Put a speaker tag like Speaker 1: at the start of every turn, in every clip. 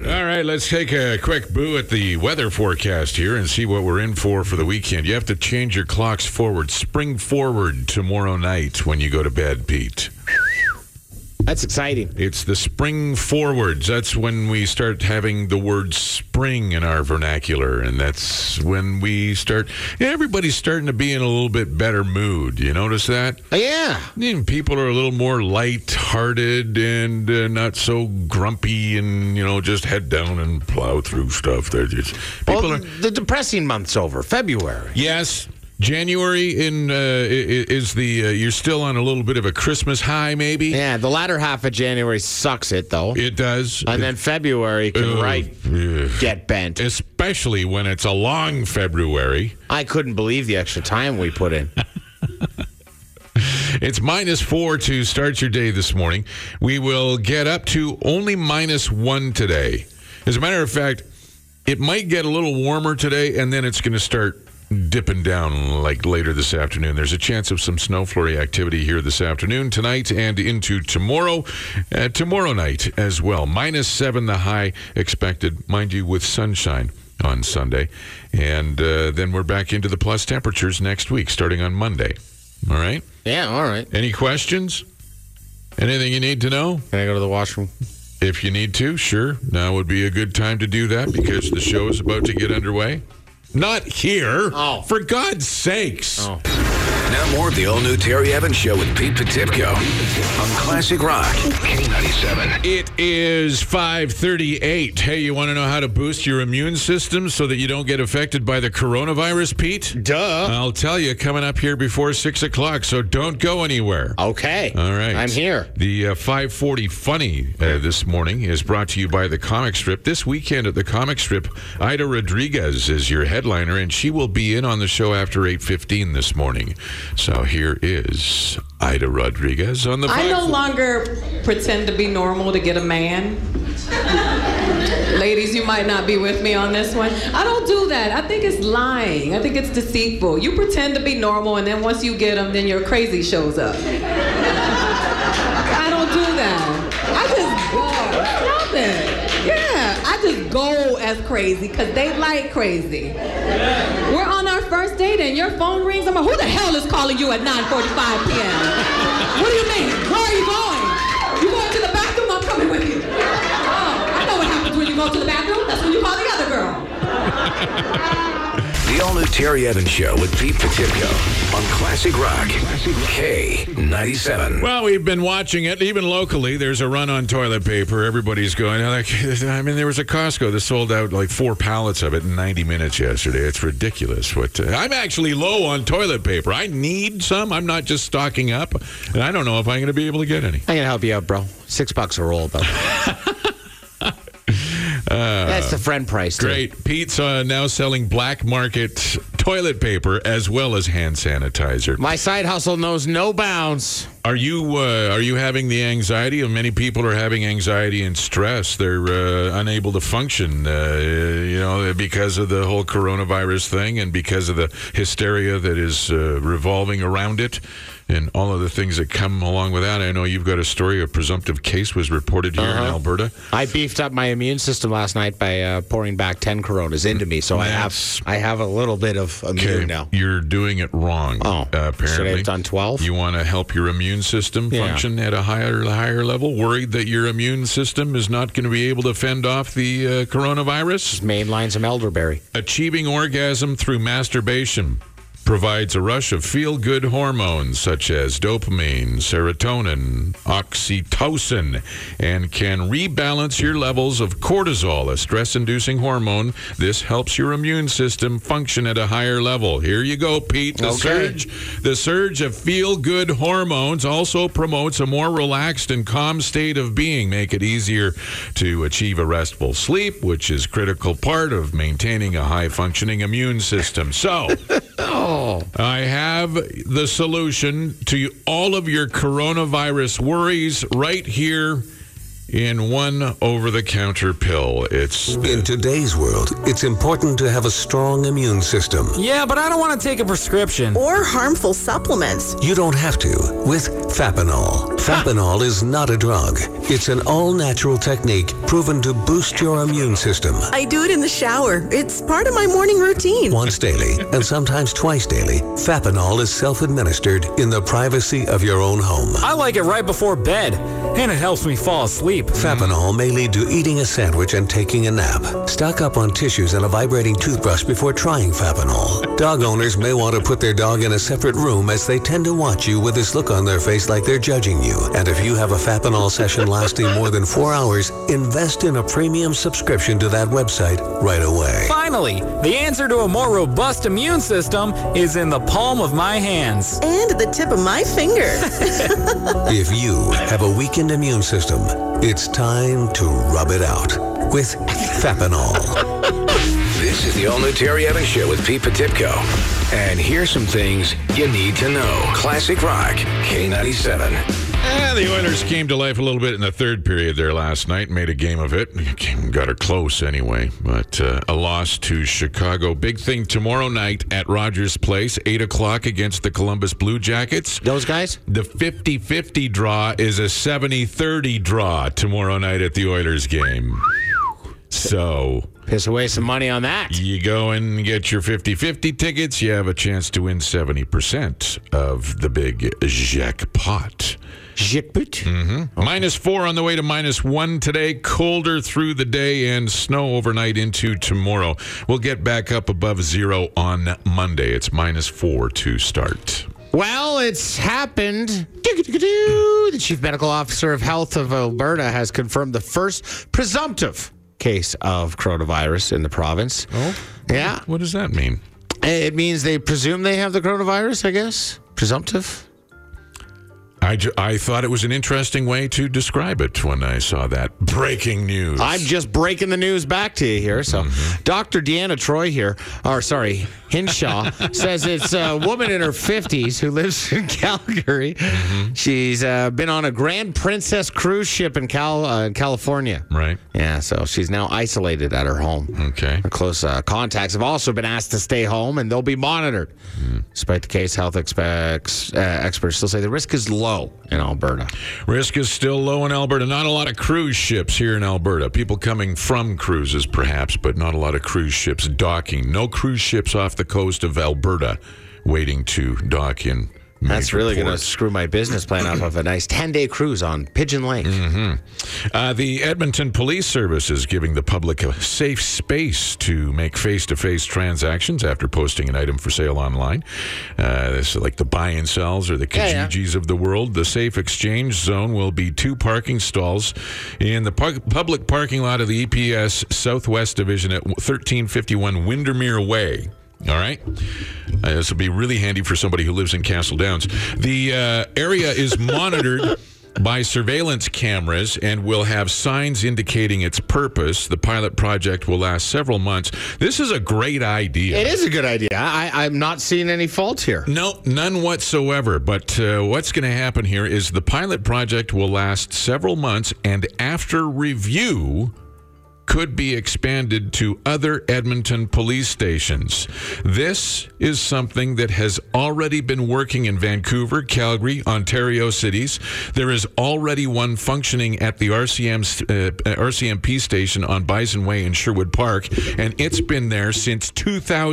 Speaker 1: right, let's take a quick boo at the weather forecast here and see what we're in for for the weekend. You have to change your clocks forward, spring forward tomorrow night when you go to bed, Pete.
Speaker 2: That's exciting.
Speaker 1: It's the spring forwards. That's when we start having the word spring in our vernacular. And that's when we start, everybody's starting to be in a little bit better mood. You notice that?
Speaker 2: Uh, Yeah.
Speaker 1: And people are a little more light-hearted and uh, not so grumpy, and you know, just head down and plow through stuff. They're just people
Speaker 2: well,
Speaker 1: are.
Speaker 2: the depressing month's over. February.
Speaker 1: Yes, January in uh, i- i- is the uh, you're still on a little bit of a Christmas high, maybe.
Speaker 2: Yeah, the latter half of January sucks it though,
Speaker 1: It does. Uh,
Speaker 2: and then February can
Speaker 1: Ugh.
Speaker 2: right
Speaker 1: Ugh.
Speaker 2: get bent.
Speaker 1: Especially when it's a long February.
Speaker 2: I couldn't believe the extra time we put in.
Speaker 1: It's minus four to start your day this morning. We will get up to only minus one today. As a matter of fact, it might get a little warmer today, and then it's going to start dipping down like later this afternoon. There's a chance of some snow flurry activity here this afternoon, tonight, and into tomorrow. Uh, tomorrow night as well. Minus seven, the high expected, mind you, with sunshine on Sunday. And uh, then we're back into the plus temperatures next week, starting on Monday. All right?
Speaker 2: Yeah, all right.
Speaker 1: Any questions? Anything you need to know?
Speaker 2: Can I go to the washroom?
Speaker 1: If you need to, sure. Now would be a good time to do that because the show is about to get underway. Not here.
Speaker 2: Oh.
Speaker 1: For God's sakes.
Speaker 3: Now more of the all-new Terry Evans Show with Pete Petipko on Classic Rock, K97.
Speaker 1: It is 538. Hey, you want to know how to boost your immune system so that you don't get affected by the coronavirus, Pete?
Speaker 2: Duh.
Speaker 1: I'll tell you coming up here before 6 o'clock, so don't go anywhere.
Speaker 2: Okay.
Speaker 1: All right.
Speaker 2: I'm here.
Speaker 1: The uh, 540 Funny uh, this morning is brought to you by the comic strip. This weekend at the comic strip, Ida Rodriguez is your headliner, and she will be in on the show after 8.15 this morning. So here is Ida Rodriguez on the
Speaker 4: I no
Speaker 1: 540.
Speaker 4: longer pretend to be normal to get a man. Ladies, you might not be with me on this one. I don't do that. I think it's lying. I think it's deceitful. You pretend to be normal, and then once you get them, then your crazy shows up. I don't do that. I just go. Stop it. Yeah, I just go as crazy because they like crazy. We're on our first date and your phone rings. I'm like, who the hell is calling you at 9:45 p.m.? What do you mean? Where are you going? You going to the bathroom? I'm coming with you. Oh, I know what happens when you go to the bathroom. That's when you call the other girl.
Speaker 3: The all-new Terry Evans Show with Pete Petipko on Classic Rock, K97.
Speaker 1: Well, we've been watching it. Even locally, there's a run on toilet paper. Everybody's going. "Oh, that- I mean, there was a Costco that sold out like four pallets of it in 90 minutes yesterday. It's ridiculous. What uh, I'm actually low on toilet paper. I need some. I'm not just stocking up, and I don't know if I'm going to be able to get any.
Speaker 2: I can help you out, bro. Six bucks a roll, though. That's the friend price. too.
Speaker 1: Great. Pete's uh, now selling black market toilet paper as well as hand sanitizer.
Speaker 2: My side hustle knows no bounds.
Speaker 1: Are you uh, are you having the anxiety? Many people are having anxiety and stress. They're uh, unable to function, uh, you know, because of the whole coronavirus thing and because of the hysteria that is uh, revolving around it, and all of the things that come along with that. I know you've got a story. A presumptive case was reported here in Alberta.
Speaker 2: I beefed up my immune system last night by uh, pouring back ten Coronas into me, so I
Speaker 1: That's-
Speaker 2: have I have a little bit of immune now.
Speaker 1: You're doing it wrong. uh,
Speaker 2: Oh, should I have
Speaker 1: apparently
Speaker 2: done 12?
Speaker 1: You want to help your immune system
Speaker 2: Yeah.
Speaker 1: function at a higher higher level. Worried that your immune system is not going to be able to fend off the uh, coronavirus.
Speaker 2: Main line some elderberry.
Speaker 1: Achieving orgasm through masturbation provides a rush of feel good hormones such as dopamine, serotonin, oxytocin, and can rebalance your levels of cortisol, a stress inducing hormone. This helps your immune system function at a higher level. Here you go, Pete. The
Speaker 2: Okay.
Speaker 1: surge the surge of feel good hormones also promotes a more relaxed and calm state of being, make it easier to achieve a restful sleep, which is critical part of maintaining a high functioning immune system. So, I have the solution to all of your coronavirus worries right here in one over the counter pill. It's
Speaker 5: In today's world, it's important to have a strong immune system.
Speaker 6: Yeah, but I don't want to take a prescription.
Speaker 7: or harmful supplements.
Speaker 5: You don't have to with Fapinol. Fapinol is not a drug. It's an all-natural technique proven to boost your immune system
Speaker 7: I do it in the shower. It's part of my morning routine.
Speaker 5: once daily and sometimes twice daily. Fapinol is self-administered in the privacy of your own home.
Speaker 6: I like it right before bed, and it helps me fall asleep.
Speaker 5: Fapinol may lead to eating a sandwich and taking a nap. Stock up on tissues and a vibrating toothbrush before trying Fapinol. Dog owners may want to put their dog in a separate room as they tend to watch you with this look on their face like they're judging you. And if you have a Fapinol session lasting more than four hours, invest in a premium subscription to that website right away.
Speaker 6: Finally, the answer to a more robust immune system is in the palm of my hands.
Speaker 7: And at the tip of my finger.
Speaker 5: If you have a weakened immune system, it's time to rub it out with Fapinol.
Speaker 3: This is the all new Terry Evans Show with Pete Petipko. And here's some things you need to know. Classic Rock, K97.
Speaker 1: Ah, the Oilers came to life a little bit in the third period there last night, made a game of it. Came- Got her close anyway, but uh, a loss to Chicago. Big thing tomorrow night at Rogers Place, 8 o'clock against the Columbus Blue Jackets.
Speaker 2: Those guys?
Speaker 1: The 50 50 draw is a 70 30 draw tomorrow night at the Oilers game. So
Speaker 2: Piss away some money on that.
Speaker 1: you go and get your 50 50 tickets, you have a chance to win 70% of the big jackpot.
Speaker 2: Shit.
Speaker 1: Minus four on the way to minus one today. Colder through the day and snow overnight into tomorrow. We'll get back up above zero on Monday. It's minus four to start.
Speaker 2: Well, it's happened. The chief medical officer of health of Alberta has confirmed the first presumptive case of coronavirus in the province.
Speaker 1: Oh?
Speaker 2: Yeah.
Speaker 1: What does that mean?
Speaker 2: It means they presume they have the coronavirus, I guess. Presumptive.
Speaker 1: I, ju- I thought it was an interesting way to describe it when I saw that breaking news.
Speaker 2: I'm just breaking the news back to you here. So, Dr. Deanna Troy here, or sorry, Hinshaw, says it's a woman in her 50s who lives in Calgary. She's uh, been on a Grand Princess cruise ship in Cal- uh, California.
Speaker 1: right.
Speaker 2: Yeah, so she's now isolated at her home.
Speaker 1: Okay.
Speaker 2: Her close uh, contacts have also been asked to stay home and they'll be monitored. Despite the case, health expects, uh, experts still say the risk is low in Alberta.
Speaker 1: Risk is still low in Alberta. Not a lot of cruise ships here in Alberta. People coming from cruises, perhaps, but not a lot of cruise ships docking. No cruise ships off the coast of Alberta waiting to dock in.
Speaker 2: That's
Speaker 1: major
Speaker 2: really going to
Speaker 1: ports.
Speaker 2: screw my business plan up of a nice 10 day cruise on Pigeon Lake.
Speaker 1: Mm-hmm. Uh, the Edmonton Police Service is giving the public a safe space to make face to face transactions after posting an item for sale online. Uh, this is like the buy and sells or the
Speaker 2: Yeah, yeah.
Speaker 1: Kijijis of the world. The safe exchange zone will be two parking stalls in the par- public parking lot of the EPS Southwest Division at 1351 Windermere Way. All right. Uh, this will be really handy for somebody who lives in Castle Downs. The uh, area is monitored by surveillance cameras and will have signs indicating its purpose. The pilot project will last several months. This is a great idea.
Speaker 2: It is a good idea. I, I'm not seeing any fault here.
Speaker 1: No, none whatsoever. But uh, what's going to happen here is the pilot project will last several months, and after review, could be expanded to other Edmonton police stations. This is something that has already been working in Vancouver, Calgary, Ontario cities. There is already one functioning at the RCM, uh, RCMP station on Bison Way in Sherwood Park, and it's been there since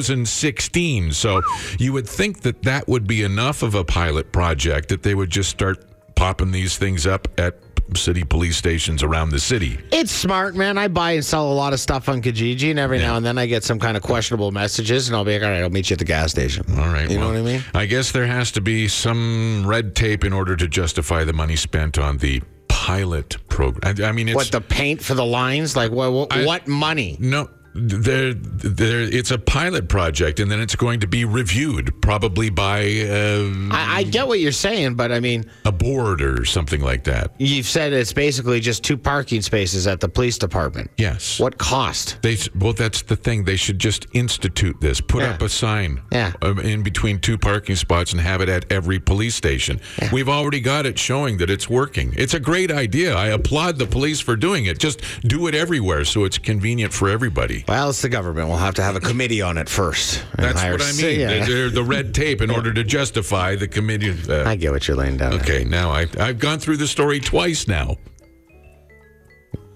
Speaker 1: 2016. So you would think that that would be enough of a pilot project that they would just start popping these things up at city police stations around the city.
Speaker 2: It's smart, man. I buy and sell a lot of stuff on Kijiji, and every now and then I get some kind of questionable messages, and I'll be like, all right, I'll meet you at the gas station.
Speaker 1: All right.
Speaker 2: You know
Speaker 1: well,
Speaker 2: what I mean?
Speaker 1: I guess there has to be some red tape in order to justify the money spent on the pilot program. I, I mean, it's
Speaker 2: What, the paint for the lines? Like, what, what,
Speaker 1: I-
Speaker 2: what money?
Speaker 1: no. there, there, it's a pilot project, and then it's going to be reviewed probably by uh,
Speaker 2: I, I get what you're saying, but I mean,
Speaker 1: a board or something like that.
Speaker 2: you've said it's basically just two parking spaces at the police department.
Speaker 1: Yes.
Speaker 2: What cost?
Speaker 1: They s- well, that's the thing. They should just institute this. Put
Speaker 2: Yeah.
Speaker 1: up a sign
Speaker 2: Yeah.
Speaker 1: um, in between two parking spots and have it at every police station. We've already got it showing that it's working. It's a great idea. I applaud the police for doing it. Just do it everywhere so it's convenient for everybody.
Speaker 2: Well, it's the government. We'll have to have a committee on it first. and
Speaker 1: That's
Speaker 2: hire-
Speaker 1: what I mean.
Speaker 2: Yeah.
Speaker 1: They're the red tape in order to justify the committee. Uh,
Speaker 2: I get what you're laying down. there.
Speaker 1: okay, now I, I've gone through the story twice now.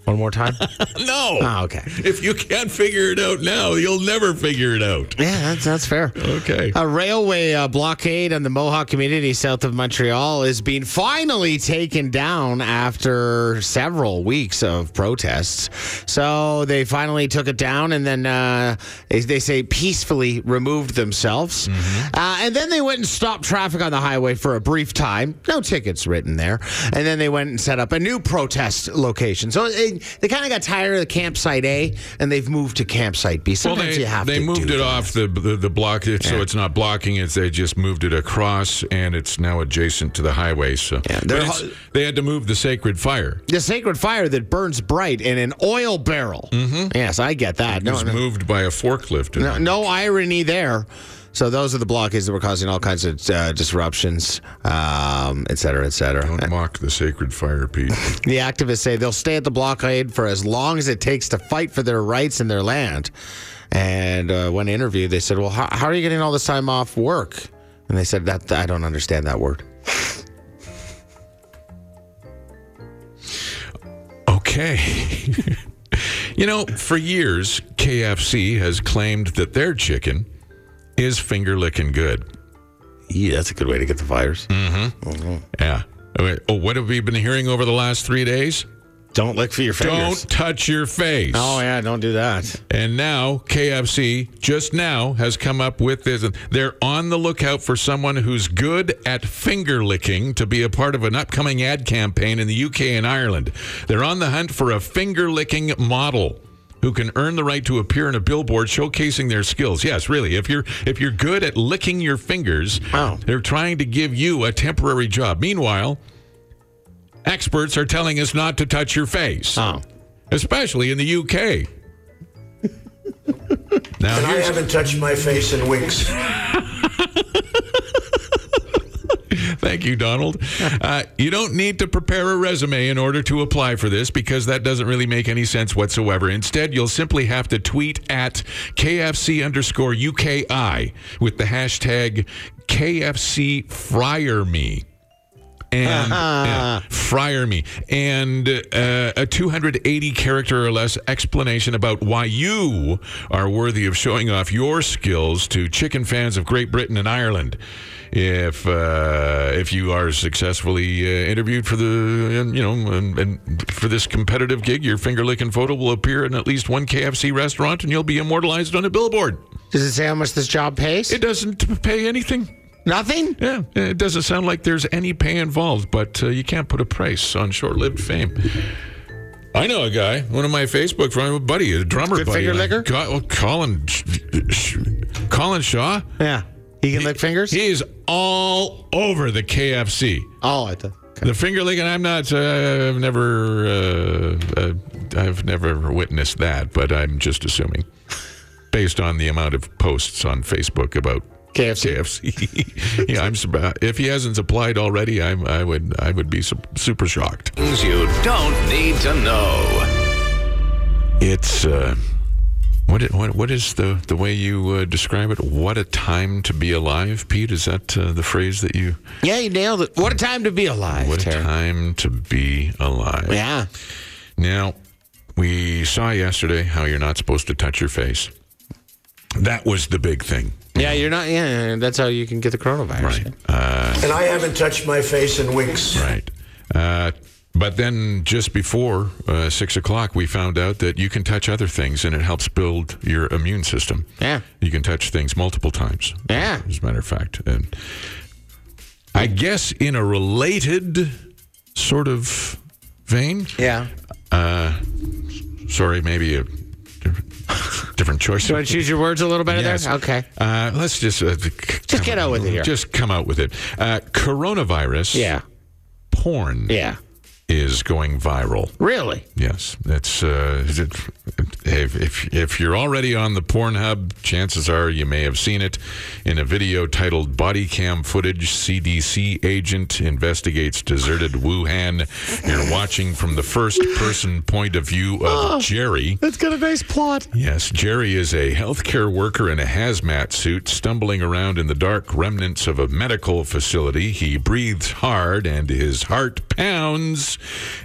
Speaker 2: One more time.
Speaker 1: No.
Speaker 2: oh, okay.
Speaker 1: If you can't figure it out now, you'll never figure it out.
Speaker 2: Yeah, that's, that's fair.
Speaker 1: Okay.
Speaker 2: A railway uh, blockade on the Mohawk community south of Montreal is being finally taken down after several weeks of protests. So they finally took it down and then uh, they, they say peacefully removed themselves.
Speaker 1: Mm-hmm.
Speaker 2: Uh, and then they went and stopped traffic on the highway for a brief time. No tickets written there. And then they went and set up a new protest location. So it, they kind of got tired of the campsite A and they've moved to campsite B. Sometimes
Speaker 1: they,
Speaker 2: you have
Speaker 1: they
Speaker 2: to
Speaker 1: moved
Speaker 2: do
Speaker 1: it
Speaker 2: that.
Speaker 1: off the, the the block, it- so
Speaker 2: Yeah.
Speaker 1: it's not blocking it. They just moved it across, and it's now adjacent to the highway. So
Speaker 2: Yeah,
Speaker 1: But
Speaker 2: they're
Speaker 1: it's-
Speaker 2: ho-
Speaker 1: they had to move the sacred fire.
Speaker 2: The sacred fire that burns bright in an oil barrel. Mm-hmm. Yes, I get that.
Speaker 1: It
Speaker 2: No,
Speaker 1: was
Speaker 2: no,
Speaker 1: moved by a forklift.
Speaker 2: no, no irony there. So those are the blockades that were causing all kinds of uh, disruptions, um, et cetera, et cetera.
Speaker 1: Don't mock the sacred fire, Pete.
Speaker 2: The activists say they'll stay at the blockade for as long as it takes to fight for their rights and their land. And uh, when interviewed, they said, "Well, how, how are you getting all this time off work?" And they said, "That I don't understand that word."
Speaker 1: Okay. you know, for years, KFC has claimed that their chicken is finger licking good.
Speaker 2: Yeah, that's a good way to get the fires.
Speaker 1: Yeah. Okay. Oh, what have we been hearing over the last three days?
Speaker 2: Don't lick for your fingers.
Speaker 1: Don't touch your face.
Speaker 2: Oh yeah, don't do that.
Speaker 1: And now KFC just now has come up with this. They're on the lookout for someone who's good at finger licking to be a part of an upcoming ad campaign in the UK and Ireland. They're on the hunt for a finger licking model who can earn the right to appear in a billboard showcasing their skills. Yes, really. If you're if you're good at licking your fingers,
Speaker 2: Wow.
Speaker 1: they're trying to give you a temporary job. Meanwhile, experts are telling us not to touch your face
Speaker 2: Oh.
Speaker 1: especially in the UK. now
Speaker 8: And I
Speaker 1: here's
Speaker 8: haven't touched my face in weeks.
Speaker 1: thank you, Donald. Uh, you don't need to prepare a resume in order to apply for this because that doesn't really make any sense whatsoever. Instead, you'll simply have to tweet at KFC underscore UKI with the hashtag KFC Fryer Me. and yeah, Friar Me, and uh, a 280 character or less explanation about why you are worthy of showing off your skills to chicken fans of Great Britain and Ireland. If uh, if you are successfully uh, interviewed for the and, you know and, and for this competitive gig, your finger licking photo will appear in at least one KFC restaurant, and you'll be immortalized on a billboard.
Speaker 2: Does it say how much this job pays?
Speaker 1: It doesn't pay anything.
Speaker 2: Nothing.
Speaker 1: Yeah, it doesn't sound like there's any pay involved, but uh, you can't put a price on short-lived fame. I know a guy, one of my Facebook friends, a buddy, a drummer
Speaker 2: Good
Speaker 1: buddy,
Speaker 2: finger
Speaker 1: and I
Speaker 2: licker?
Speaker 1: got- well, Colin, Colin Shaw.
Speaker 2: Yeah. He can lick fingers.
Speaker 1: He is all over the KFC.
Speaker 2: oh, I thought.
Speaker 1: The finger licking, I'm not. Uh, I've never. Uh, uh, I've never witnessed that, but I'm just assuming, based on the amount of posts on Facebook about
Speaker 2: KFC.
Speaker 1: KFC. yeah, I'm. surp- If he hasn't applied already, I'm. I would. I would be sup- super shocked.
Speaker 3: Things you don't need to know.
Speaker 1: It's. Uh, what, it- what what is the the way you uh, describe it? What a time to be alive, Pete. Is that uh, the phrase that you?
Speaker 2: Yeah, you nailed it. What a time to be alive,
Speaker 1: What a
Speaker 2: Terry.
Speaker 1: time to be alive.
Speaker 2: Yeah.
Speaker 1: Now, we saw yesterday how you're not supposed to touch your face. That was the big thing,
Speaker 2: Yeah, you're not. Yeah, yeah, that's how you can get the coronavirus.
Speaker 1: right?
Speaker 8: And I haven't touched my face in weeks.
Speaker 1: Right. Uh, but then just before uh, six o'clock, we found out that you can touch other things and it helps build your immune system.
Speaker 2: Yeah.
Speaker 1: You can touch things multiple times.
Speaker 2: Yeah.
Speaker 1: As a matter of fact. And I guess in a related sort of vein,
Speaker 2: Yeah.
Speaker 1: sorry, maybe a different, different choices.
Speaker 2: Do I choose your words a little better
Speaker 1: Yes.
Speaker 2: there? Okay.
Speaker 1: Uh, let's just uh,
Speaker 2: Just get out with it here.
Speaker 1: Just come out with it. Uh, coronavirus.
Speaker 2: Yeah.
Speaker 1: Porn.
Speaker 2: Yeah.
Speaker 1: Is going viral.
Speaker 2: Really?
Speaker 1: Yes, that's uh, is it- if, if if you're already on the Pornhub, chances are you may have seen it in a video titled "Body Cam Footage: CDC Agent Investigates Deserted Wuhan." You're watching from the first-person point of view of Jerry.
Speaker 2: That's got a nice plot.
Speaker 1: Yes, Jerry is a healthcare worker in a hazmat suit stumbling around in the dark remnants of a medical facility. He breathes hard and his heart pounds,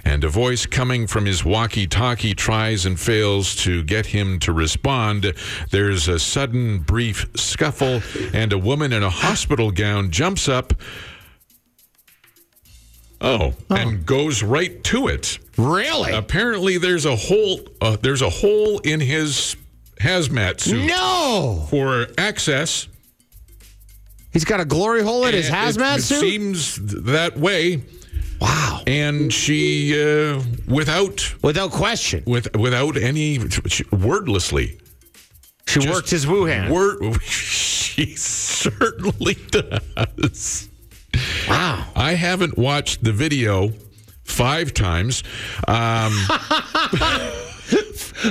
Speaker 1: and a voice coming from his walkie talkie tries and fails to get him to respond. There's a sudden brief scuffle, and a woman in a hospital gown jumps up. Oh, and goes right to it.
Speaker 2: Really?
Speaker 1: Apparently, there's a hole. Uh, there's a hole in his hazmat suit
Speaker 2: no.
Speaker 1: for access.
Speaker 2: He's got a glory hole in his
Speaker 1: And it-
Speaker 2: hazmat
Speaker 1: it
Speaker 2: suit.
Speaker 1: seems th- that way.
Speaker 2: wow.
Speaker 1: And she, uh, without
Speaker 2: Without question,
Speaker 1: with without any she- wordlessly,
Speaker 2: she
Speaker 1: just
Speaker 2: worked his Wuhan.
Speaker 1: Word, she certainly does.
Speaker 2: wow.
Speaker 1: I haven't watched the video five times. Um,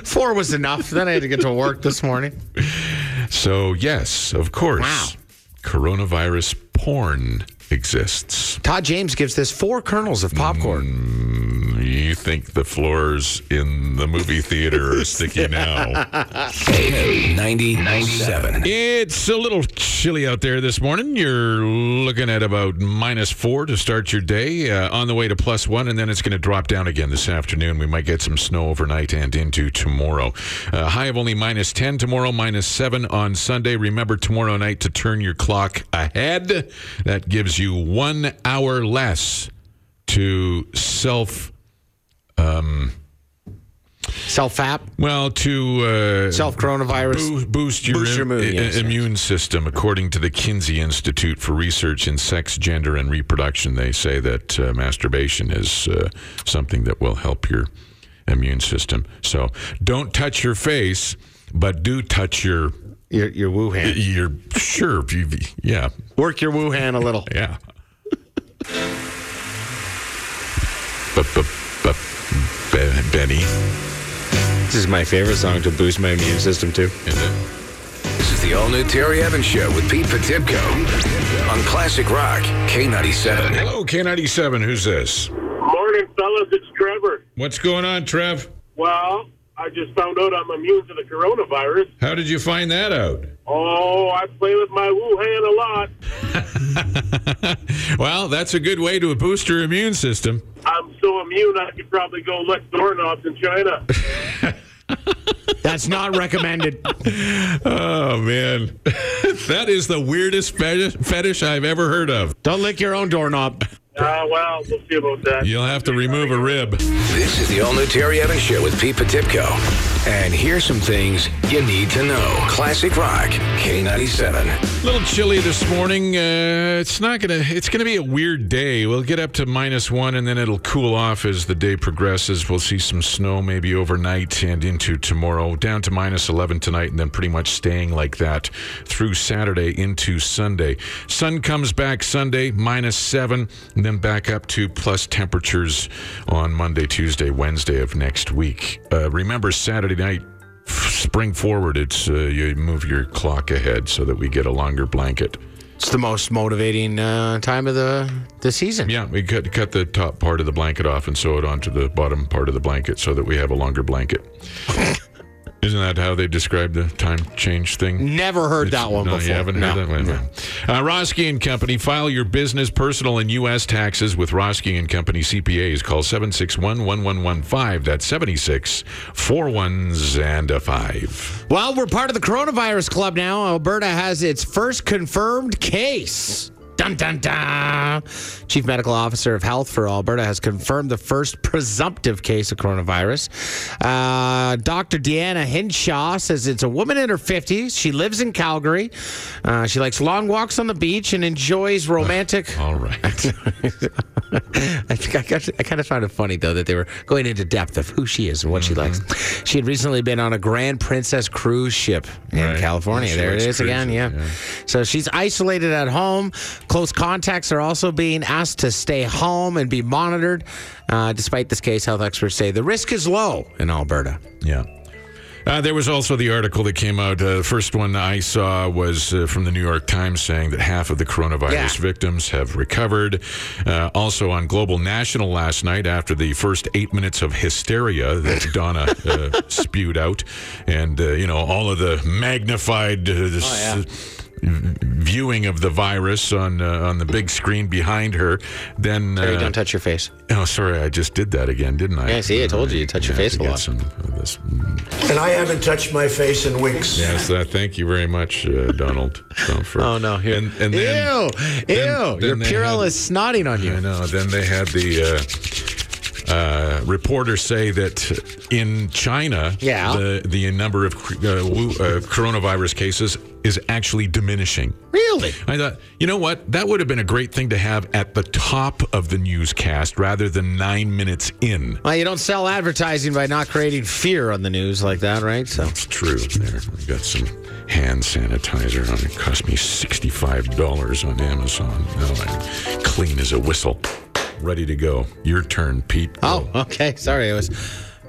Speaker 2: Four was enough. then I had to get to work this morning.
Speaker 1: so yes, of course,
Speaker 2: Wow.
Speaker 1: coronavirus porn exists.
Speaker 2: Todd James gives this four kernels of popcorn.
Speaker 1: You think the floors in the movie theater are sticky now?
Speaker 3: 97.
Speaker 1: It's a little chilly out there this morning. You're looking at about minus four to start your day, uh, on the way to plus one, and then it's going to drop down again this afternoon. We might get some snow overnight and into tomorrow. Uh, high of only minus 10 tomorrow, minus seven on Sunday. Remember tomorrow night to turn your clock ahead. That gives you one hour less to self.
Speaker 2: Self app,
Speaker 1: Well, to uh,
Speaker 2: self coronavirus.
Speaker 1: Boo- boost your,
Speaker 2: Boost your
Speaker 1: im-
Speaker 2: mood,
Speaker 1: i-
Speaker 2: yes,
Speaker 1: i- immune system. According to the Kinsey Institute for Research in Sex, Gender, and Reproduction, they say that uh, masturbation is uh, something that will help your immune system. So don't touch your face, but do touch your
Speaker 2: Your, your Wuhan.
Speaker 1: your sure. if you- Yeah,
Speaker 2: Work your Wuhan a little.
Speaker 1: yeah. But but but Benny,
Speaker 2: This is my favorite song to boost my immune system to.
Speaker 1: is it?
Speaker 3: This is the all new Terry Evans Show with Pete Petipko on Classic Rock K97.
Speaker 1: Hello, K ninety seven. Who's this?
Speaker 9: Morning, fellas. It's Trevor.
Speaker 1: What's going on, Trev?
Speaker 9: Well, I just found out I'm immune to the coronavirus.
Speaker 1: How did you find that out?
Speaker 9: Oh, I play with my Wuhan a lot.
Speaker 1: Well, that's a good way to boost your immune system.
Speaker 9: I'm so immune, I could probably go lick doorknobs in China.
Speaker 2: That's not recommended.
Speaker 1: Oh man, that is the weirdest fetish, fetish I've ever heard of.
Speaker 2: Don't lick your own doorknob.
Speaker 9: Ah, well, we'll see about that.
Speaker 1: You'll have to remove a rib.
Speaker 3: This is the all new Terry Evans Show with Pete Petipko. And here's some things you need to know. Classic Rock K97.
Speaker 1: A little chilly this morning. Uh, it's not gonna. It's gonna be a weird day. We'll get up to minus one, and then it'll cool off as the day progresses. We'll see some snow maybe overnight and into tomorrow. Down to minus eleven tonight, and then pretty much staying like that through Saturday into Sunday. Sun comes back Sunday minus seven, and then back up to plus temperatures on Monday, Tuesday, Wednesday of next week. Uh, remember Saturday night spring forward it's uh, you move your clock ahead so that we get a longer blanket
Speaker 2: It's the most motivating uh, time of the the season.
Speaker 1: yeah we cut, cut the top part of the blanket off and sew it onto the bottom part of the blanket so that we have a longer blanket isn't that how they describe the time change thing
Speaker 2: Never heard that one
Speaker 1: no,
Speaker 2: before.
Speaker 1: You haven't
Speaker 2: No,
Speaker 1: heard that one.
Speaker 2: no.
Speaker 1: Uh, Roski and Company. File your business, personal, and U.S. taxes with Roski and Company CPAs. Call 761-1115. That's 76 41s and a 5.
Speaker 2: Well, we're part of the coronavirus club now. Alberta has its first confirmed case. Dun dun dun. Chief Medical Officer of Health for Alberta has confirmed the first presumptive case of coronavirus. Uh, Dr. Deanna Hinshaw says it's a woman in her 50s. She lives in Calgary. Uh, she likes long walks on the beach and enjoys romantic.
Speaker 1: All right.
Speaker 2: I think I, got, I kind of found it funny though that they were going into depth of who she is and what she
Speaker 1: Mm-hmm.
Speaker 2: likes. She had recently been on a Grand Princess cruise ship in
Speaker 1: Right.
Speaker 2: California.
Speaker 1: She
Speaker 2: there it
Speaker 1: likes
Speaker 2: is again. Yeah.
Speaker 1: cruises, yeah.
Speaker 2: So she's isolated at home. Close contacts are also being asked to stay home and be monitored. Uh, despite this case, health experts say the risk is low in Alberta.
Speaker 1: Yeah. Uh, there was also the article that came out. Uh, the first one I saw was uh, from the New York Times saying that half of the coronavirus
Speaker 2: Yeah.
Speaker 1: victims have recovered. Uh, also on Global National last night, after the first eight minutes of hysteria that Donna uh, spewed out, and uh, you know all of the magnified uh, this,
Speaker 2: Oh,
Speaker 1: uh, viewing of the virus on uh, on the big screen behind her, then
Speaker 2: Barry,
Speaker 1: uh,
Speaker 2: don't touch your face.
Speaker 1: oh sorry, I just did that again, didn't I?
Speaker 2: Yeah, see, I told you, you touch your
Speaker 1: I
Speaker 2: face
Speaker 1: have to
Speaker 2: a
Speaker 1: get
Speaker 2: lot.
Speaker 1: some of this
Speaker 8: And I haven't touched my face in weeks.
Speaker 1: Yes, uh, thank you very much, uh, Donald Trump. For,
Speaker 2: Oh no! Here.
Speaker 1: And, and then,
Speaker 2: ew, ew!
Speaker 1: then-
Speaker 2: your
Speaker 1: then they
Speaker 2: Purell
Speaker 1: had-
Speaker 2: is snotting on you.
Speaker 1: I know. Then they had the uh, uh, reporters say that in China,
Speaker 2: Yeah.
Speaker 1: the the number of cr- uh, wu- uh, coronavirus cases is actually diminishing.
Speaker 2: Really?
Speaker 1: I thought, you know what? That would have been a great thing to have at the top of the newscast rather than nine minutes in.
Speaker 2: Well, you don't sell advertising by not creating fear on the news like that, right? So
Speaker 1: It's true. There, I got some hand sanitizer on. It cost me sixty-five dollars on Amazon. Now I'm clean as a whistle, ready to go. Your turn, Pete.
Speaker 2: Oh, okay. Sorry, I was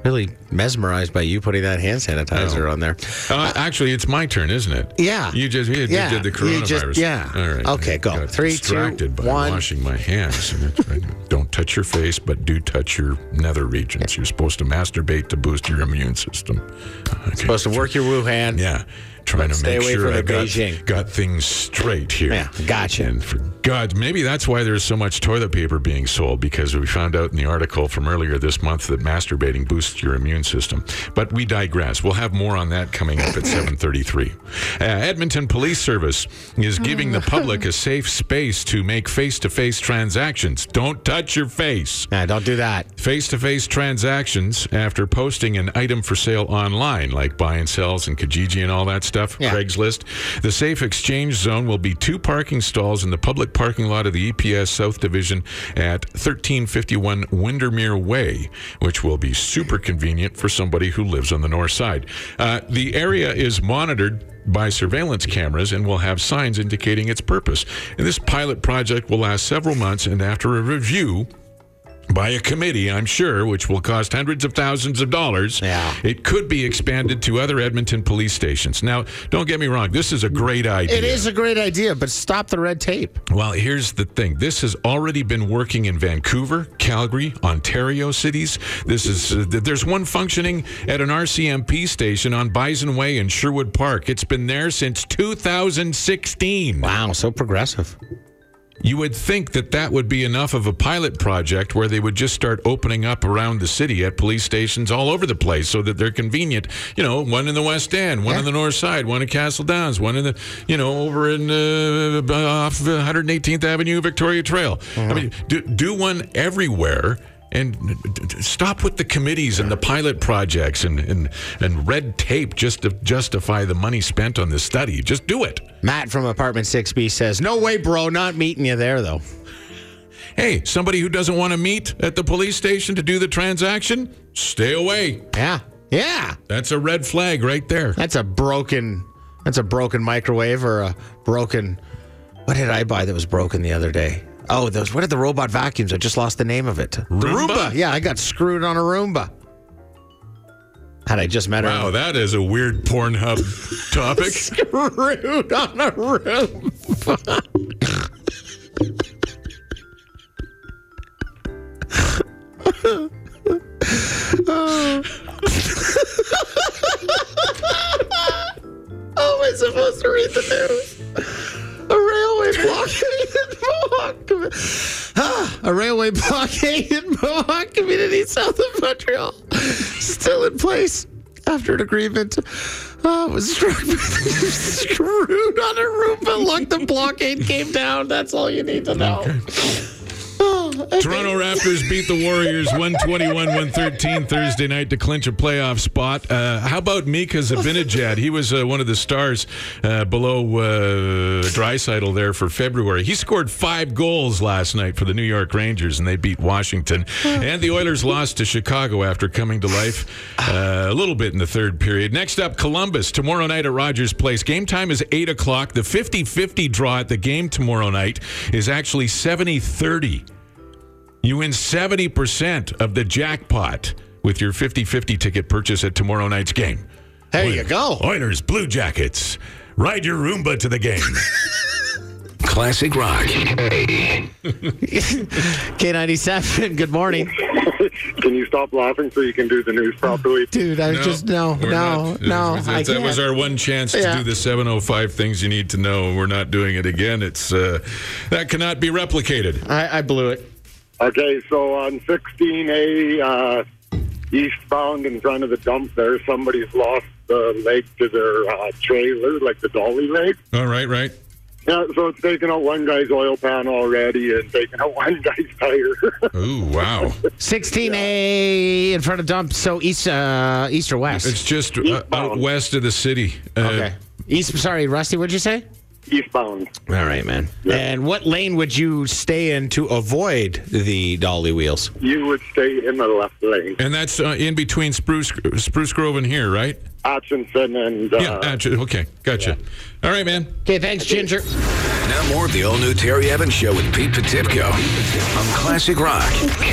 Speaker 2: really mesmerized by you putting that hand sanitizer on there.
Speaker 1: Uh, actually, it's my turn, isn't it?
Speaker 2: Yeah.
Speaker 1: You just you
Speaker 2: Yeah,
Speaker 1: did the
Speaker 2: you just-
Speaker 1: coronavirus.
Speaker 2: yeah.
Speaker 1: All right.
Speaker 2: Okay,
Speaker 1: I
Speaker 2: go.
Speaker 1: got
Speaker 2: Three, two,
Speaker 1: distracted by
Speaker 2: one.
Speaker 1: washing my hands. And that's right. Don't touch your face, but do touch your nether regions. You're supposed to masturbate to boost your immune system. Okay.
Speaker 2: Supposed to work your Wuhan.
Speaker 1: Yeah. Trying to
Speaker 2: stay
Speaker 1: make
Speaker 2: away
Speaker 1: sure
Speaker 2: from
Speaker 1: I
Speaker 2: the
Speaker 1: got,
Speaker 2: Beijing.
Speaker 1: got things straight here.
Speaker 2: Yeah, gotcha.
Speaker 1: And for God, maybe that's why there's so much toilet paper being sold because we found out in the article from earlier this month that masturbating boosts your immune system. But we digress. We'll have more on that coming up at 7:33. Uh, Edmonton Police Service
Speaker 2: Hmm.
Speaker 1: is giving the public a safe space to make face-to-face transactions. Don't touch your face
Speaker 2: Nah, don't do that.
Speaker 1: face to face transactions after posting an item for sale online, like buy and sells and Kijiji and all that stuff,
Speaker 2: Yeah.
Speaker 1: Craigslist. The safe exchange zone will be two parking stalls in the public parking lot of the EPS South Division at 1351 Windermere Way, which will be super convenient for somebody who lives on the north side. Uh, the area is monitored. By surveillance cameras and will have signs indicating its purpose. And this pilot project will last several months, and after a review, by a committee, I'm sure, which will cost hundreds of thousands of dollars.
Speaker 2: Yeah.
Speaker 1: It could be expanded to other Edmonton police stations. Now, don't get me wrong, this is a great idea.
Speaker 2: It is a great idea, but stop the red tape.
Speaker 1: Well, here's the thing. This has already been working in Vancouver, Calgary, Ontario cities. This is uh, th- there's one functioning at an RCMP station on Bison Way in Sherwood Park. It's been there since 2016.
Speaker 2: Wow, so progressive.
Speaker 1: You would think that that would be enough of a pilot project where they would just start opening up around the city at police stations all over the place so that they're convenient. You know, one in the West End, one on the North Side, one in Castle Downs, one in the, you know, over in uh, b- off 118th Avenue, Victoria Trail. I mean, do, do one everywhere. And d- d- stop with the committees and the pilot projects and, and, and red tape just to justify the money spent on this study. Just do it.
Speaker 2: Matt from apartment 6B says, "No way, bro, not meeting you there though."
Speaker 1: Hey, somebody who doesn't want to meet at the police station to do the transaction, stay away.
Speaker 2: Yeah. Yeah.
Speaker 1: That's a red flag right there.
Speaker 2: That's a broken that's a broken microwave or a broken what did I buy that was broken the other day? Oh, those what are the robot vacuums? I just lost the name of it.
Speaker 1: Roomba?
Speaker 2: The Roomba. Yeah, I got screwed on a Roomba. Had I just met her.
Speaker 1: Wow, that is a weird Pornhub topic.
Speaker 2: screwed on a Roomba. Oh, How am I supposed to read the news? A railway blockade in Mohawk Community. Ah, a railway blockade in Mohawk Community south of Montreal. Still in place after an agreement uh, was struck with- screwed on a roof. But look, the blockade came down. That's all you need to know. Ah,
Speaker 1: Toronto Raptors beat the Warriors 121 113 Thursday night to clinch a playoff spot. Uh, how about Mika Zibanejad? He was uh, one of the stars uh, below uh, Dreisaitl there for February. He scored five goals last night for the New York Rangers, and they beat Washington. And the Oilers lost to Chicago after coming to life uh, a little bit in the third period. Next up, Columbus tomorrow night at Rogers Place. Game time is 8 o'clock. The 50 50 draw at the game tomorrow night is actually 70 30. You win 70% of the jackpot with your 50 50 ticket purchase at tomorrow night's game.
Speaker 2: There you go.
Speaker 1: Oilers, Blue Jackets, ride your Roomba to the game.
Speaker 3: Classic Rock.
Speaker 2: K97, good morning.
Speaker 9: Can you stop laughing so you can do the news properly?
Speaker 2: Dude, I was just, no,
Speaker 1: we're
Speaker 2: no,
Speaker 1: not.
Speaker 2: no.
Speaker 1: That-
Speaker 2: I
Speaker 1: That, was
Speaker 2: can't.
Speaker 1: our one chance to
Speaker 2: Yeah.
Speaker 1: do the 705 things you need to know. We're not doing it again. It's uh, That cannot be replicated.
Speaker 2: I, I blew it.
Speaker 9: Okay, so on 16A uh, eastbound in front of the dump there, somebody's lost the leg to their uh, trailer, like the dolly leg.
Speaker 1: All right, right.
Speaker 9: Yeah, so it's taken out one guy's oil pan already and taken out one guy's tire.
Speaker 1: Ooh, wow.
Speaker 2: 16A in front of dump. So east, uh, east or west?
Speaker 1: It's just uh, out
Speaker 9: Eastbound.
Speaker 1: west of the city. Uh,
Speaker 2: okay. East. Sorry, Rusty. What'd you say?
Speaker 9: eastbound.
Speaker 2: All right, man. And what lane would you stay in to avoid the dolly wheels?
Speaker 9: You would stay in the left lane.
Speaker 1: And that's uh, in between Spruce Spruce Grove and here, right?
Speaker 9: Atchison and. Uh,
Speaker 1: yeah. actu- okay. Gotcha. All right, man.
Speaker 2: Okay, thanks, Ginger.
Speaker 3: Now more of the all-new Terry Evans Show with Pete Petipko on Classic Rock.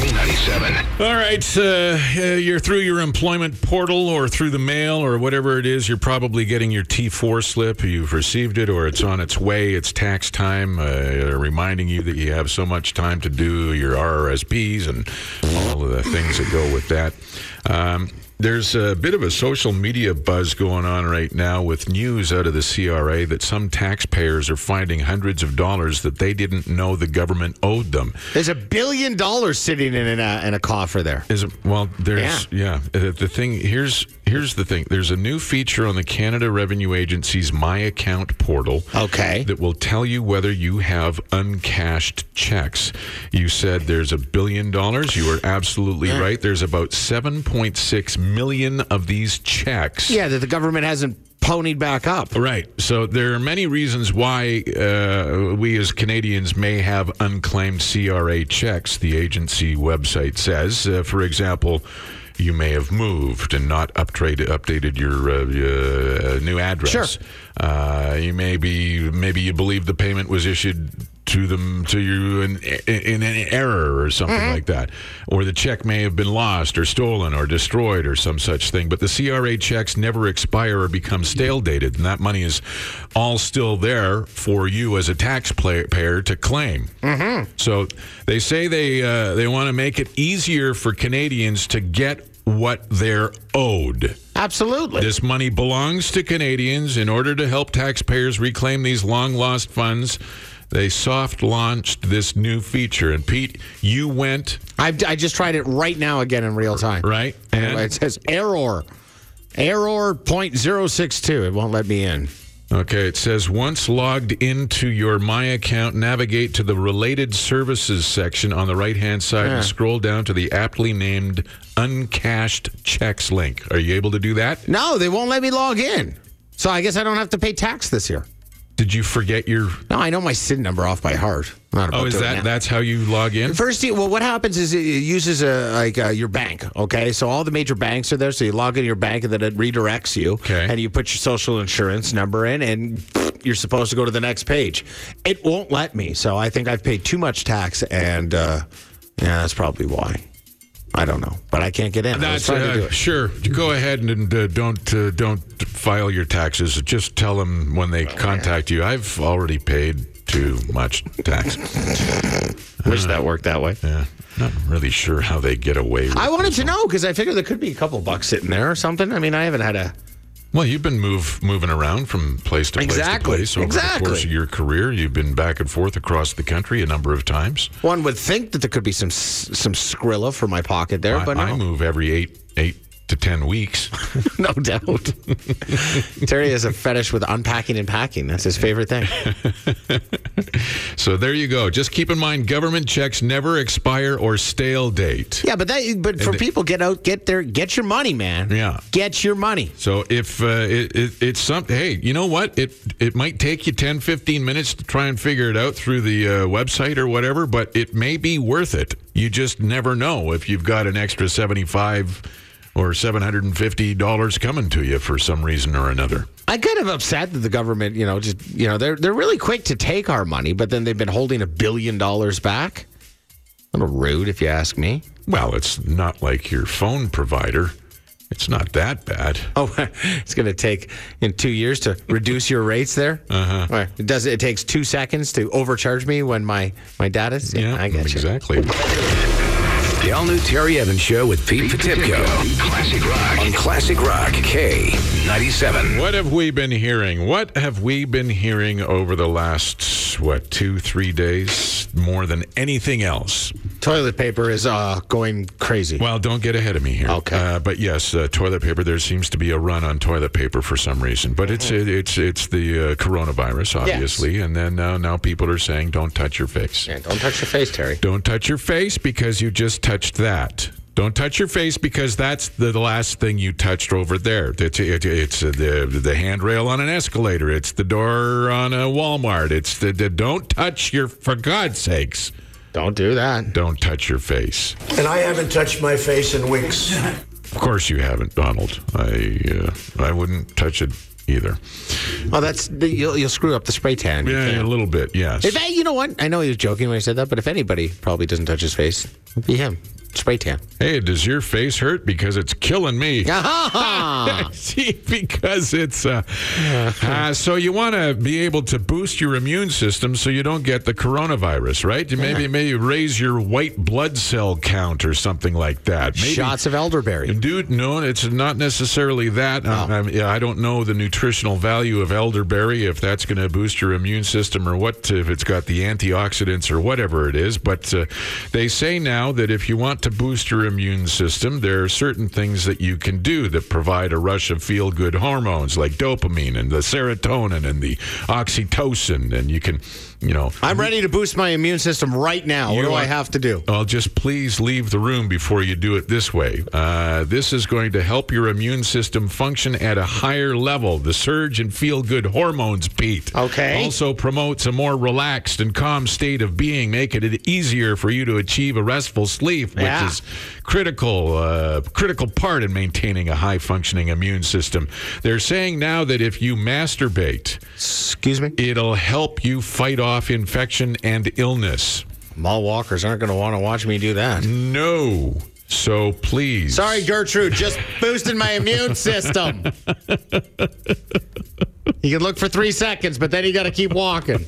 Speaker 3: K97.
Speaker 1: All right, uh, uh, you're through your employment portal or through the mail or whatever it is. You're probably getting your T4 slip. You've received it or it's on its way. It's tax time, uh, reminding you that you have so much time to do your RRSPs and all of the things that go with that. Um, there's a bit of a social media buzz going on right now with news out of the CRA that some taxpayers are finding hundreds of dollars that they didn't know the government owed them.
Speaker 2: There's a billion dollars sitting in a, in a coffer there.
Speaker 1: Is it, well, there's yeah. uh, the thing here's here's the thing. There's a new feature on the Canada Revenue Agency's My Account portal.
Speaker 2: Okay.
Speaker 1: That will tell you whether you have uncashed checks. You said there's a billion dollars. You were absolutely right. There's about 7.6 million of these checks.
Speaker 2: Yeah, that the government hasn't ponied back up.
Speaker 1: Right. So there are many reasons why uh, we as Canadians may have unclaimed CRA checks, the agency website says. Uh, for example, you may have moved and not uptrade, updated your uh, uh, new address.
Speaker 2: Sure.
Speaker 1: Uh, you may be, maybe you believe the payment was issued to them to you in, in, in an error or something like that, or the check may have been lost or stolen or destroyed or some such thing. But the CRA checks never expire or become stale dated, and that money is all still there for you as a taxpayer to claim. So they say they uh, they want to make it easier for Canadians to get what they're owed.
Speaker 2: Absolutely.
Speaker 1: This money belongs to Canadians. In order to help taxpayers reclaim these long lost funds, they soft launched this new feature. And Pete, you went
Speaker 2: I've, I just tried it right now again in real time.
Speaker 1: right,
Speaker 2: And it
Speaker 1: and
Speaker 2: says error. Error 0.062. It won't let me in.
Speaker 1: okay. It says once logged into your My account, navigate to the related services section on the right hand side
Speaker 2: Yeah.
Speaker 1: and scroll down to the aptly named uncashed checks link. Are you able to do that?
Speaker 2: No, they won't let me log in. So I guess I don't have to pay tax this year.
Speaker 1: Did you forget your?
Speaker 2: No, I know my SIN number off by heart. I'm not about
Speaker 1: Oh, is
Speaker 2: doing
Speaker 1: that that's how you log in?
Speaker 2: First, you- well, what happens is it uses a, like uh, your bank. Okay, so all the major banks are there. So you log into your bank, and then it redirects you.
Speaker 1: Okay.
Speaker 2: and you put your social insurance number in, and you're supposed to go to the next page. It won't let me. So I think I've paid too much tax, and uh, yeah, that's probably why. I don't know, but I can't get in. I was
Speaker 1: That's
Speaker 2: trying
Speaker 1: uh,
Speaker 2: to do it.
Speaker 1: sure. Go ahead and uh, don't uh, don't file your taxes. Just tell them when they contact you. I've already paid too much tax.
Speaker 2: Wish that worked that way.
Speaker 1: yeah, not really sure how they get away. with
Speaker 2: I wanted
Speaker 1: this.
Speaker 2: to know because I figured there could be a couple bucks sitting there or something. I mean, I haven't had a
Speaker 1: Well, you've been move moving around from place to place
Speaker 2: Exactly.
Speaker 1: to place over
Speaker 2: Exactly.
Speaker 1: the course of your career. You've been back and forth across the country a number of times.
Speaker 2: one would think that there could be some s- some scrilla for my pocket there,
Speaker 1: I,
Speaker 2: but no.
Speaker 1: I move every eight eight to 10 weeks.
Speaker 2: no doubt. Terry has a fetish with unpacking and packing. That's his favorite thing.
Speaker 1: So there you go. Just keep in mind government checks never expire or stale date.
Speaker 2: Yeah, but that but for
Speaker 1: And-
Speaker 2: people get out get their get your money, man.
Speaker 1: Yeah.
Speaker 2: Get your money.
Speaker 1: So if uh, it, it, it's something, hey, you know what? It it might take you 10, 15 minutes to try and figure it out through the uh, website or whatever, but it may be worth it. You just never know if you've got an extra seventy-five or seven hundred and fifty dollars coming to you for some reason or another.
Speaker 2: I kind of upset that the government, you know, just you know, they're they're really quick to take our money, but then they've been holding a billion dollars back. A little rude if you ask me.
Speaker 1: Well, it's not like your phone provider. It's not that bad.
Speaker 2: Oh, it's going to take in two years to reduce your rates there. Uh-huh. It does. It takes two seconds to overcharge me when my my data. Yeah, I get you.
Speaker 1: exactly.
Speaker 3: The all new Terry Evans Show with Pete Petipko. Classic Rock. On Classic Rock K97.
Speaker 1: What have we been hearing? What have we been hearing over the last, what, two, three days? More than anything else.
Speaker 2: Toilet paper is uh, going crazy.
Speaker 1: Well, don't get ahead of me here.
Speaker 2: Okay.
Speaker 1: Uh, but yes, uh, toilet paper. There seems to be a run on toilet paper for some reason. But it's it, it's it's the uh, coronavirus, obviously. And then now now people are saying, don't touch your face.
Speaker 2: Yeah, don't touch your face, Terry.
Speaker 1: Don't touch your face because you just touched that. Don't touch your face because that's the last thing you touched over there. It's, it- it's uh, the, the handrail on an escalator. It's the door on a Walmart. It's the, the don't touch your for God's sakes.
Speaker 2: Don't do that.
Speaker 1: Don't touch your face.
Speaker 8: And I haven't touched my face in weeks.
Speaker 1: Of course you haven't, Donald. I uh, I wouldn't touch it either.
Speaker 2: Oh, that's the, you'll, you'll screw up the spray tan. You
Speaker 1: Yeah, a
Speaker 2: can't.
Speaker 1: little bit. Yes.
Speaker 2: If I, you know what? I know he was joking when he said that, but if anybody probably doesn't touch his face, it'd be him. Spray tan.
Speaker 1: Hey, does your face hurt? Because it's killing me.
Speaker 2: Ah-ha-ha.
Speaker 1: See, because it's uh, uh, so you want to be able to boost your immune system so you don't get the coronavirus, right? You Maybe maybe raise your white blood cell count or something like that. Maybe,
Speaker 2: Shots of elderberry.
Speaker 1: Dude, no, it's not necessarily that. Um, I'm- yeah, I don't know the nutritional value of elderberry, if that's going to boost your immune system or what, if it's got the antioxidants or whatever it is. But uh, they say now that if you want to boost your immune system, there are certain things that you can do that provide a rush of feel good hormones like dopamine and the serotonin and the oxytocin. And you can, you know.
Speaker 2: I'm ready to boost my immune system right now. What
Speaker 1: You
Speaker 2: do I
Speaker 1: are-
Speaker 2: have to do?
Speaker 1: Well, just please leave the room before you do it this way. Uh, this is going to help your immune system function at a higher level. The surge and feel good hormones, Pete.
Speaker 2: Okay.
Speaker 1: Also promotes a more relaxed and calm state of being, making it easier for you to achieve a restful sleep, which
Speaker 2: Yeah.
Speaker 1: is critical uh, critical part in maintaining a high functioning immune system. They're saying now that if you masturbate,
Speaker 2: Excuse me?
Speaker 1: it'll help you fight off infection and illness.
Speaker 2: Mall walkers aren't going to want to watch me do that.
Speaker 1: Mm. No. So please.
Speaker 2: Sorry, Gertrude, just boosted my immune system. you can look for three seconds, but then you got to keep walking.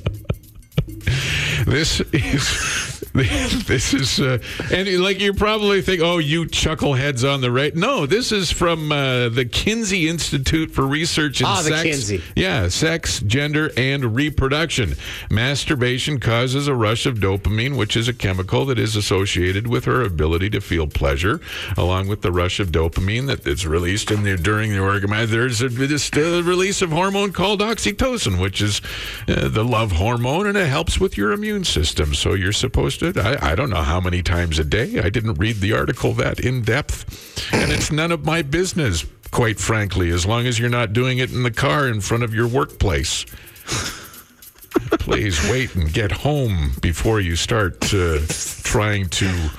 Speaker 1: This is. This is, uh, and like you probably think, oh, you chuckleheads on the right. No, this is from uh, the Kinsey Institute for Research in
Speaker 2: Ah, the
Speaker 1: Sex.
Speaker 2: Kinsey.
Speaker 1: Yeah, sex, gender, and reproduction. Masturbation causes a rush of dopamine, which is a chemical that is associated with her ability to feel pleasure, along with the rush of dopamine that is released in the, during the orgasm. There's a, this, uh, release of hormone called oxytocin, which is uh, the love hormone, and it helps with your immune system. So you're supposed to, I, I don't know how many times a day. I didn't read the article that in depth, and it's none of my business quite frankly, as long as you're not doing it in the car in front of your workplace. Please wait and get home before you start uh, trying to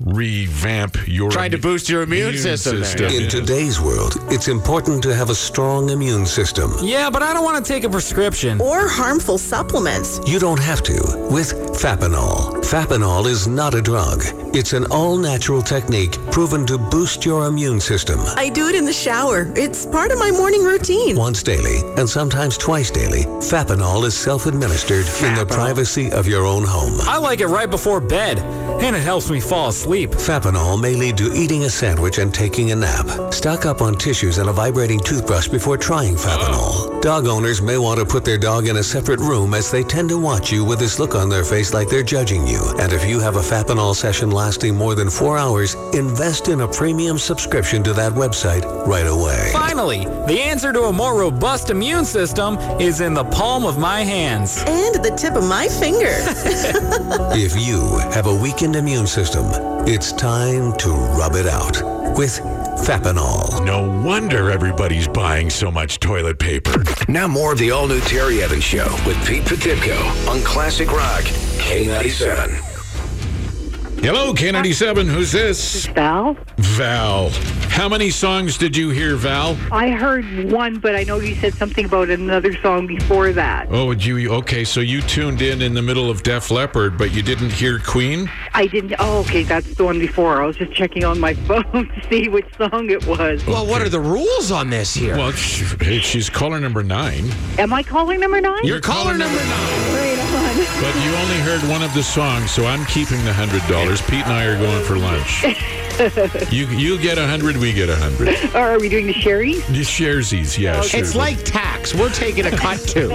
Speaker 1: revamp your
Speaker 2: Trying to
Speaker 1: immu-
Speaker 2: boost your immune system there,
Speaker 5: In today's world, it's important to have a strong immune system.
Speaker 6: Yeah, but I don't want to take a prescription.
Speaker 7: Or harmful supplements.
Speaker 5: You don't have to with Fapinol. Fapinol is not a drug. It's an all-natural technique proven to boost your immune system
Speaker 7: I do it in the shower. It's part of my morning routine.
Speaker 5: once daily and sometimes twice daily. Fapinol is self-administered in the privacy of your own home.
Speaker 6: I like it right before bed, and it helps me fall asleep.
Speaker 5: Fapinol may lead to eating a sandwich and taking a nap. Stock up on tissues and a vibrating toothbrush before trying Fapinol. Dog owners may want to put their dog in a separate room as they tend to watch you with this look on their face like they're judging you. And if you have a Fapinol session lasting more than four hours, invest in a premium subscription to that website right away.
Speaker 6: Finally, the answer to a more robust immune system is in the palm of my hands.
Speaker 7: And the tip of my finger.
Speaker 5: If you have a weakened immune system, it's time to rub it out with Fapinol.
Speaker 1: No wonder everybody's buying so much toilet paper.
Speaker 3: Now more of the all-new Terry Evans Show with Pete Petipko on Classic Rock K97.
Speaker 1: Hello, Kennedy Seven. Who's this?
Speaker 10: Val?
Speaker 1: Val. How many songs did you hear, Val?
Speaker 10: I heard one, but I know you said something about another song before that.
Speaker 1: Oh, would you? Okay, so you tuned in in the middle of Def Leppard, but you didn't hear Queen.
Speaker 10: I didn't. Oh, okay, that's the one before. I was just checking on my phone to see which song it was.
Speaker 2: Well, what are the rules on this here?
Speaker 1: Well, she, hey, she's caller number nine.
Speaker 10: Am I calling number nine?
Speaker 2: You're caller number nine.
Speaker 10: right on.
Speaker 1: But you only heard one of the songs, so I'm keeping the hundred dollars. Pete and I are going for lunch. you you get a hundred, we get a hundred.
Speaker 10: Or are we doing the Sherry?
Speaker 1: Just sharesies, yeah. sure.
Speaker 2: It's like tax. We're taking a cut too.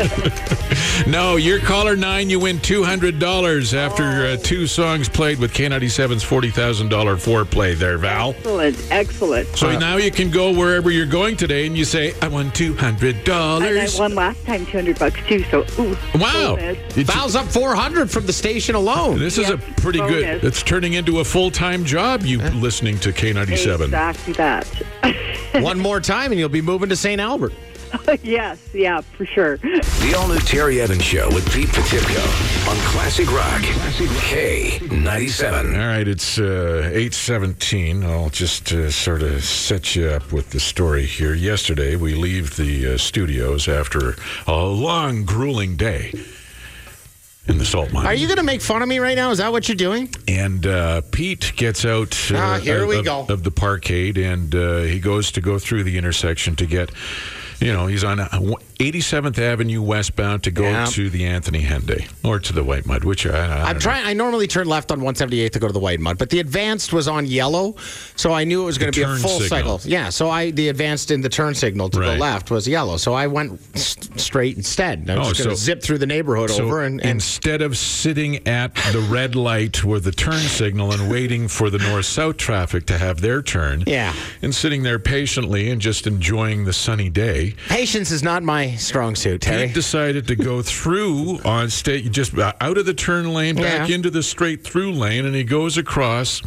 Speaker 1: No, you're caller nine. You win two hundred dollars after
Speaker 2: Oh.
Speaker 1: uh, two songs played with K97's forty thousand dollar foreplay. There, Val.
Speaker 10: Excellent, excellent.
Speaker 1: So now you can go wherever you're going today, and you say, "I won two hundred
Speaker 10: And I
Speaker 1: dollars."
Speaker 10: won last time 200 bucks too, so ooh.
Speaker 1: Wow,
Speaker 10: bonus.
Speaker 1: Did you-
Speaker 2: Val's up 400 from the station alone.
Speaker 1: this is a pretty good.
Speaker 10: bonus.
Speaker 1: It's turning into a full time job. You listening to K97?
Speaker 10: Exactly that.
Speaker 2: One more time and you'll be moving to St. Albert.
Speaker 10: yes, yeah, for sure.
Speaker 3: The all-new Terry Evans Show with Pete Petipko on Classic Rock K97.
Speaker 1: All right, it's uh, eight seventeen. I'll just uh, sort of set you up with the story here. Yesterday, we leave the uh, studios after a long, grueling day in the salt mine.
Speaker 2: Are you going to make fun of me right now? Is that what you're doing?
Speaker 1: And uh, Pete gets out uh,
Speaker 2: Ah, here
Speaker 1: of,
Speaker 2: we
Speaker 1: of-
Speaker 2: go.
Speaker 1: of the parkade and uh, he goes to go through the intersection to get, you know, he's on uh, 87th Avenue westbound to go
Speaker 2: Yeah.
Speaker 1: to the Anthony Henday or to the White Mud, which I, I don't
Speaker 2: I'm
Speaker 1: know.
Speaker 2: trying. I normally turn left on 178 to go to the White Mud, but the advanced was on yellow, so I knew it was going to be a
Speaker 1: turn
Speaker 2: full
Speaker 1: signal.
Speaker 2: cycle. Yeah, so I the advanced in the turn signal to
Speaker 1: Right.
Speaker 2: the left was yellow, so I went s- straight instead. I was
Speaker 1: Oh,
Speaker 2: just going to
Speaker 1: so-
Speaker 2: zip through the neighborhood
Speaker 1: So
Speaker 2: over and, and
Speaker 1: instead of sitting at the red light with the turn signal and waiting for the north south traffic to have their turn,
Speaker 2: Yeah.
Speaker 1: and sitting there patiently and just enjoying the sunny day,
Speaker 2: patience is not my strong suit, Terry.
Speaker 1: Pete decided to go through on state, just uh, out of the turn lane, back
Speaker 2: Yeah.
Speaker 1: into the straight through lane, and he goes across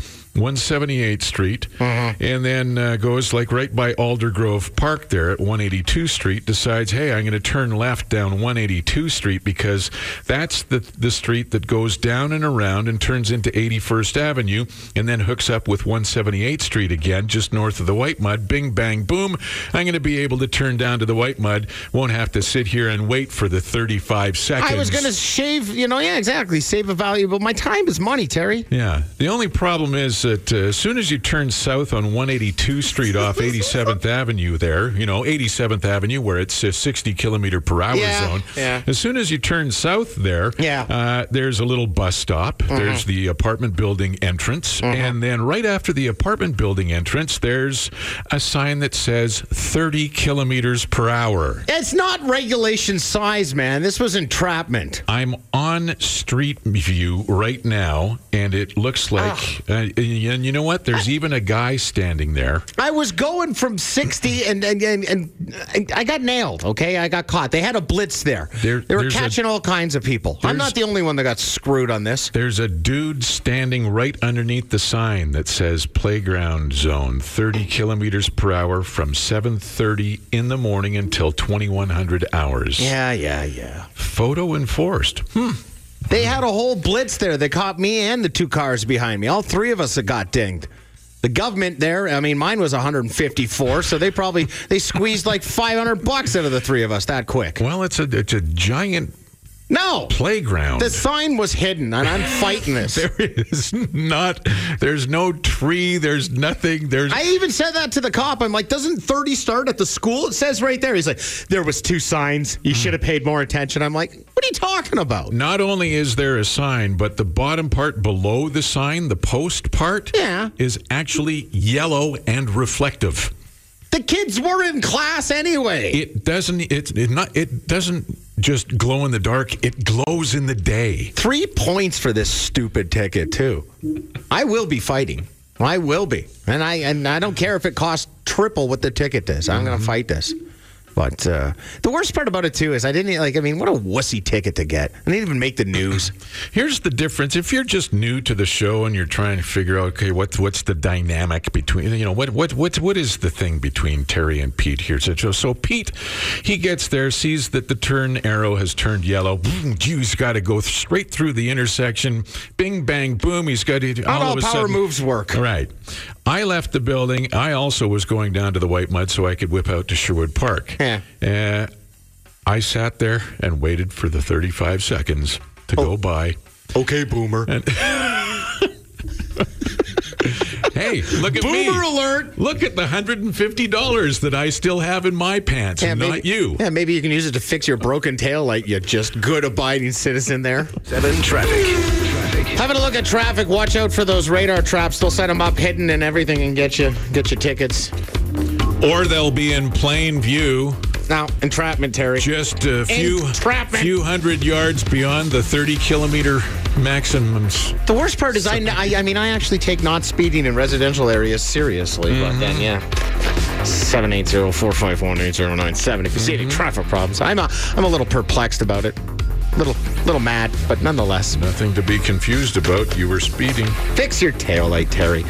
Speaker 1: 178th Street,
Speaker 2: Mm-hmm.
Speaker 1: and then uh, goes like right by Aldergrove Park there at 182 Street. Decides, hey, I'm going to turn left down 182 Street because that's the the street that goes down and around and turns into 81st Avenue, and then hooks up with 178th Street again, just north of the White Mud. Bing, bang, boom. I'm going to be able to turn down to the White Mud. Won't have to sit here and wait for the 35 seconds.
Speaker 2: I was going to shave, you know, yeah, exactly, save a valuable. My time is money, Terry.
Speaker 1: Yeah. The only problem is that uh, as soon as you turn south on 182 Street off 87th Avenue, there, you know, 87th Avenue, where it's a 60 kilometer per hour
Speaker 2: Yeah,
Speaker 1: zone.
Speaker 2: yeah.
Speaker 1: As soon as you turn south there,
Speaker 2: Yeah. Mm-hmm.
Speaker 1: uh, there's a little bus stop. There's the apartment building entrance. And then right after the apartment building entrance, there's a sign that says 30 kilometers per hour.
Speaker 2: It's not regulation size, man. This was entrapment.
Speaker 1: I'm on Street View right now, and it looks like,
Speaker 2: Ah.
Speaker 1: uh, and you know what? There's even a guy standing there.
Speaker 2: I was going from 60 and and, and, and I got nailed, okay? I got caught. They had a blitz there.
Speaker 1: There-
Speaker 2: they were
Speaker 1: there's a-
Speaker 2: catching all kinds of people. I'm
Speaker 1: there's-
Speaker 2: not the only one that got screwed on this.
Speaker 1: There's a dude standing right underneath the sign that says "Playground Zone," 30 kilometers per hour from 7:30 in the morning until 2100 hours.
Speaker 2: Yeah, Hmm. yeah, yeah.
Speaker 1: Photo enforced.
Speaker 2: They had a whole blitz there. They caught me and the two cars behind me. All three of us that got dinged. The government there, I mean, mine was 154, so they probably they squeezed like 500 bucks out of the three of us that quick.
Speaker 1: Well, it's a it's a giant
Speaker 2: No.
Speaker 1: playground.
Speaker 2: The sign was hidden, and I'm fighting this.
Speaker 1: there is not. There's no tree. There's nothing. There's
Speaker 2: I even said that to the cop. I'm like, doesn't 30 start at the school? It says right there. He's like, there was two signs. You should have paid more attention. I'm like, what are you talking about?
Speaker 1: not only is there a sign, but the bottom part below the sign, the post part,
Speaker 2: Yeah.
Speaker 1: is actually yellow and reflective.
Speaker 2: The kids were in class anyway.
Speaker 1: It doesn't. It's it not. It doesn't just glow in the dark. It glows in the day.
Speaker 2: Three points for this stupid ticket too. I will be fighting. I will be, and I and I don't care if it costs triple what the ticket is. I'm going to fight this. But uh, the worst part about it too is I didn't like. I mean, what a wussy ticket to get. I didn't even make the news.
Speaker 1: Here's the difference. If you're just new to the show and you're trying to figure out, okay, what's what's the dynamic between you know what what what what is the thing between Terry and Pete here? So, so- so Pete, he gets there, sees that the turn arrow has turned yellow. Boom, He's got to go straight through the intersection. Bing bang boom. He's got to
Speaker 2: Not all
Speaker 1: of a
Speaker 2: power
Speaker 1: sudden-
Speaker 2: moves work.
Speaker 1: Right. I left the building. I also was going down to the White Mud so I could whip out to Sherwood Park.
Speaker 2: Yeah.
Speaker 1: Uh, I sat there and waited for the 35 seconds to
Speaker 2: Oh.
Speaker 1: go by.
Speaker 2: Okay, boomer.
Speaker 1: Hey, look at me.
Speaker 2: Boomer alert.
Speaker 1: Look at the $150 that I still have in my pants, and not you.
Speaker 2: Yeah, maybe you can use it to fix your broken tail light. You just good abiding citizen there.
Speaker 3: Seven traffic.
Speaker 2: Having a look at traffic. Watch out for those radar traps. They'll set them up hidden and everything and get you get you tickets.
Speaker 1: Or they'll be in plain view,
Speaker 2: Now, entrapment, Terry.
Speaker 1: just a few,
Speaker 2: Entrapment.
Speaker 1: few hundred yards beyond the 30 kilometer maximums.
Speaker 2: The worst part is I, I I mean I actually take not speeding in residential areas seriously, but
Speaker 1: Mm-hmm.
Speaker 2: then yeah. 780-451-8097. If you see any
Speaker 1: Mm-hmm.
Speaker 2: traffic problems, I'm a I'm a little perplexed about it. Little little mad, but nonetheless.
Speaker 1: Nothing to be confused about. You were speeding.
Speaker 2: Fix your taillight, Terry.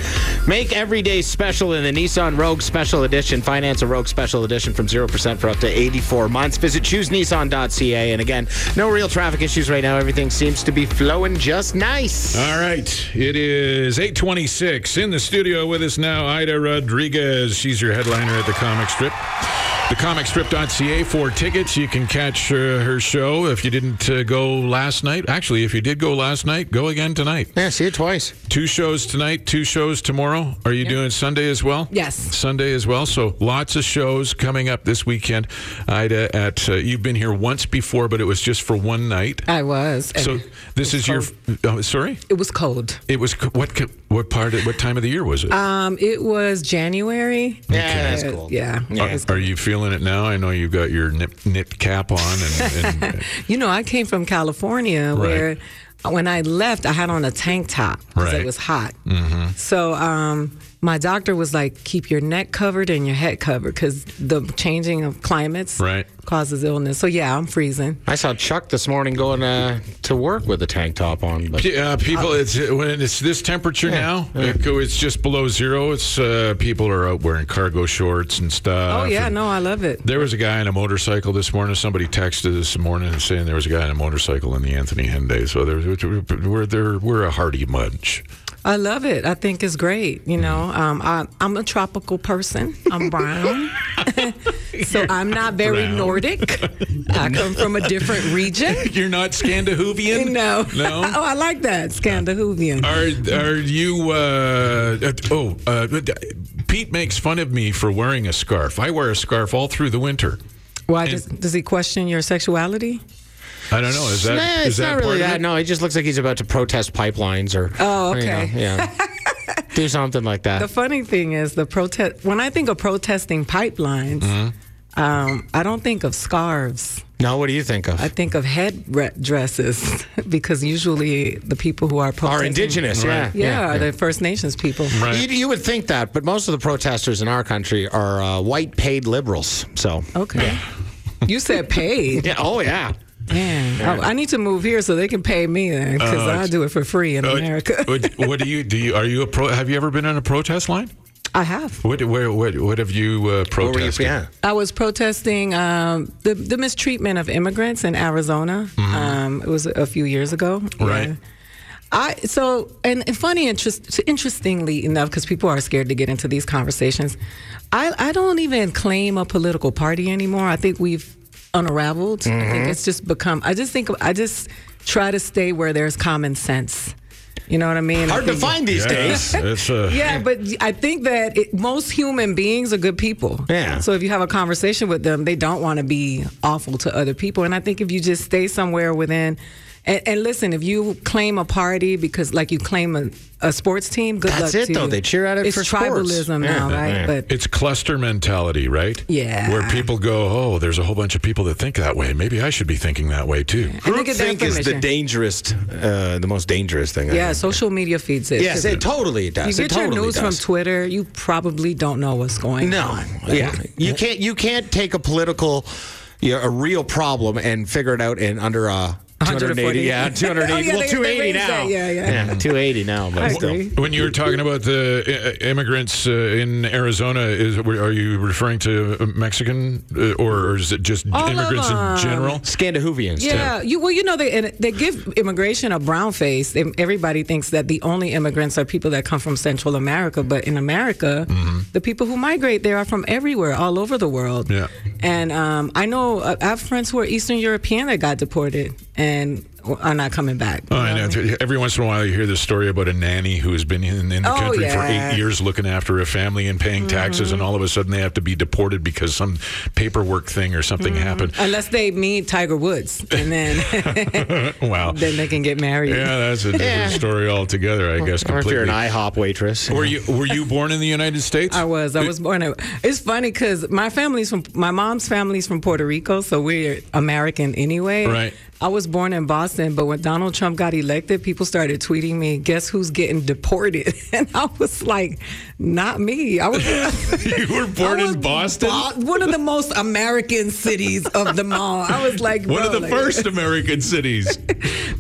Speaker 2: Make every day special in the Nissan Rogue Special Edition. Finance a Rogue Special Edition from 0% for up to 84 months. Visit choosenissan.ca. And again, no real traffic issues right now. Everything seems to be flowing just nice.
Speaker 1: All right. It is 826 in the studio with us now, Ida Rodriguez. She's your headliner at the comic strip. The comicstrip.ca for tickets. You can catch uh, her show if you didn't uh, go last night. Actually, if you did go last night, go again tonight.
Speaker 2: Yeah, see you twice.
Speaker 1: Two shows tonight, two shows tomorrow. Are you doing Sunday as well?
Speaker 11: Yes.
Speaker 1: Sunday as well. So lots of shows coming up this weekend. Ida, at uh, you've been here once before, but it was just for one night.
Speaker 11: I was. and
Speaker 1: So this is your. Oh, sorry.
Speaker 11: it was cold.
Speaker 1: It was c- what c- what part of, what time of the year was it?
Speaker 11: Um, it was January.
Speaker 2: Yeah, that's
Speaker 11: Uh,
Speaker 2: cool.
Speaker 11: Yeah.
Speaker 1: are, are you feeling it now? I know you got your nip, knit cap on, and, and
Speaker 11: You know, I came from California where when I left, I had on a tank top because
Speaker 1: Right.
Speaker 11: it was hot. Mm-hmm. So um, my doctor was like, keep your neck covered and your head covered because the changing of climates
Speaker 1: Right.
Speaker 11: causes illness. So yeah, I'm freezing.
Speaker 2: I saw Chuck this morning going uh, to work with a tank top on. But
Speaker 1: P- uh, people, it's when it's this temperature now, it go- it's just below zero. It's uh, people are out wearing cargo shorts and stuff.
Speaker 11: oh yeah,
Speaker 1: and
Speaker 11: no, I love it.
Speaker 1: There was a guy on a motorcycle this morning. Somebody texted this morning saying there was a guy on a motorcycle in the Anthony Henday. So there's, we're, there, we're a hearty munch.
Speaker 11: I love it. I think it's great. You know, um, I, I'm a tropical person. I'm brown. so I'm not very
Speaker 1: brown.
Speaker 11: Nordic. I come from a different region.
Speaker 1: You're not Scandahoovian?
Speaker 11: No.
Speaker 1: No?
Speaker 11: oh, I like that. Scandahoovian.
Speaker 1: Are are you? Uh, uh, oh, uh, Pete makes fun of me for wearing a scarf. I wear a scarf all through the winter.
Speaker 11: Why does, does he question your sexuality?
Speaker 1: I don't know. Is that
Speaker 2: Nah,
Speaker 1: is
Speaker 2: it's
Speaker 1: that
Speaker 2: not really
Speaker 1: part of
Speaker 2: that.
Speaker 1: it?
Speaker 2: No, he just looks like he's about to protest pipelines or.
Speaker 11: Oh,
Speaker 2: you know,
Speaker 11: okay.
Speaker 2: yeah. Do something like that.
Speaker 11: The funny thing is the protest. When I think of protesting pipelines, um, I don't think of scarves.
Speaker 2: no, what do you think of?
Speaker 11: I think of head re- dresses because usually the people who are
Speaker 2: Are
Speaker 11: protesting
Speaker 2: indigenous, yeah.
Speaker 11: Yeah, are the First Nations people.
Speaker 1: Right.
Speaker 2: You, you would think that, but most of the protesters in our country are uh, white paid liberals. So,
Speaker 11: Okay. you said paid.
Speaker 2: yeah, oh yeah,
Speaker 11: Man, I, I need to move here so they can pay me because I do it for free in
Speaker 1: Uh,
Speaker 11: America.
Speaker 1: what, what do you do? You, are you a pro? Have you ever been on a protest line?
Speaker 11: I have.
Speaker 1: What where, what what have you uh,
Speaker 2: What were you-
Speaker 1: protested?
Speaker 2: yeah.
Speaker 11: I was protesting um, the the mistreatment of immigrants in Arizona. Um, it was a few years ago.
Speaker 1: Right.
Speaker 11: Yeah. I so and, and funny interest interestingly enough because people are scared to get into these conversations. I I don't even claim a political party anymore. I think we've unraveled. I think it's just become. I just think I just try to stay where there's common sense. You know what I mean? I
Speaker 2: hard to
Speaker 11: think-
Speaker 2: find these days.
Speaker 1: It's, it's, uh,
Speaker 11: yeah, but I think that it, most human beings are good people.
Speaker 2: Yeah.
Speaker 11: So if you have a conversation with them, they don't want to be awful to other people. And I think if you just stay somewhere within And, and listen, if you claim a party because, like, you claim a, a sports team, good
Speaker 2: That's
Speaker 11: luck
Speaker 2: it,
Speaker 11: to
Speaker 2: though.
Speaker 11: you.
Speaker 2: They cheer at it
Speaker 11: it's
Speaker 2: for sports.
Speaker 11: tribalism now,
Speaker 1: Yeah.
Speaker 11: right? But
Speaker 1: it's cluster mentality, right?
Speaker 11: Yeah.
Speaker 1: Where people go, oh, there's a whole bunch of people that think that way. Maybe I should be thinking that way too.
Speaker 11: Group get their
Speaker 2: think is the
Speaker 11: information.
Speaker 2: dangerous, uh, the most dangerous thing. I
Speaker 11: yeah,
Speaker 2: know.
Speaker 11: social media feeds it.
Speaker 2: Yes, it totally does.
Speaker 11: You
Speaker 2: It
Speaker 11: get your
Speaker 2: totally
Speaker 11: news
Speaker 2: does.
Speaker 11: from Twitter. You probably don't know what's going on.
Speaker 2: No, yeah, you can't. You can't take a political, you know, a real problem and figure it out in under uh, a. 280,
Speaker 11: 140.
Speaker 2: yeah, 280,
Speaker 11: Oh, yeah,
Speaker 2: well,
Speaker 11: they- they
Speaker 2: 280
Speaker 11: raised
Speaker 2: now.
Speaker 11: that, yeah, yeah.
Speaker 2: 280 now, but
Speaker 11: I
Speaker 2: still.
Speaker 11: agree.
Speaker 1: When you were talking about the uh, immigrants uh, in Arizona, is are you referring to Mexican uh, or is it just
Speaker 11: All of
Speaker 1: immigrants in
Speaker 11: them.
Speaker 1: general?
Speaker 2: Scandahuvians.
Speaker 11: Yeah, you well, you know they and they give immigration a brown face. They- Everybody thinks that the only immigrants are people that come from Central America, but in America,
Speaker 1: Mm-hmm.
Speaker 11: the people who migrate there are from everywhere, all over the world.
Speaker 1: Yeah.
Speaker 11: And um, I know uh, I have friends who are Eastern European that got deported and are not coming back.
Speaker 1: Oh, and after- every once in a while, you hear this story about a nanny who has been in, in the
Speaker 11: Oh,
Speaker 1: country for
Speaker 11: yeah. Mm-hmm.
Speaker 1: eight years looking after a family and paying taxes, and all of a sudden they have to be deported because some paperwork thing or something
Speaker 11: Mm-hmm.
Speaker 1: happened.
Speaker 11: Unless they meet Tiger Woods, and then
Speaker 1: wow.
Speaker 11: then they can get married.
Speaker 1: Yeah, that's a different
Speaker 11: Yeah.
Speaker 1: story altogether, I guess.
Speaker 2: Or if
Speaker 1: Completely.
Speaker 2: you're an IHOP waitress.
Speaker 1: Were you were you born in the United States?
Speaker 11: I was. I was born. A, it's funny because my family's from my mom's family's from Puerto Rico, so we're American anyway.
Speaker 1: Right.
Speaker 11: I was born in Boston, but when Donald Trump got elected, people started tweeting me, "Guess who's getting deported?" And I was like, "Not me." I was
Speaker 1: you were born
Speaker 11: I
Speaker 1: in
Speaker 11: was
Speaker 1: Boston.
Speaker 11: Bo- one of the most American cities of them all. I was like,
Speaker 1: One of the
Speaker 11: "Bro, like-
Speaker 1: first American cities.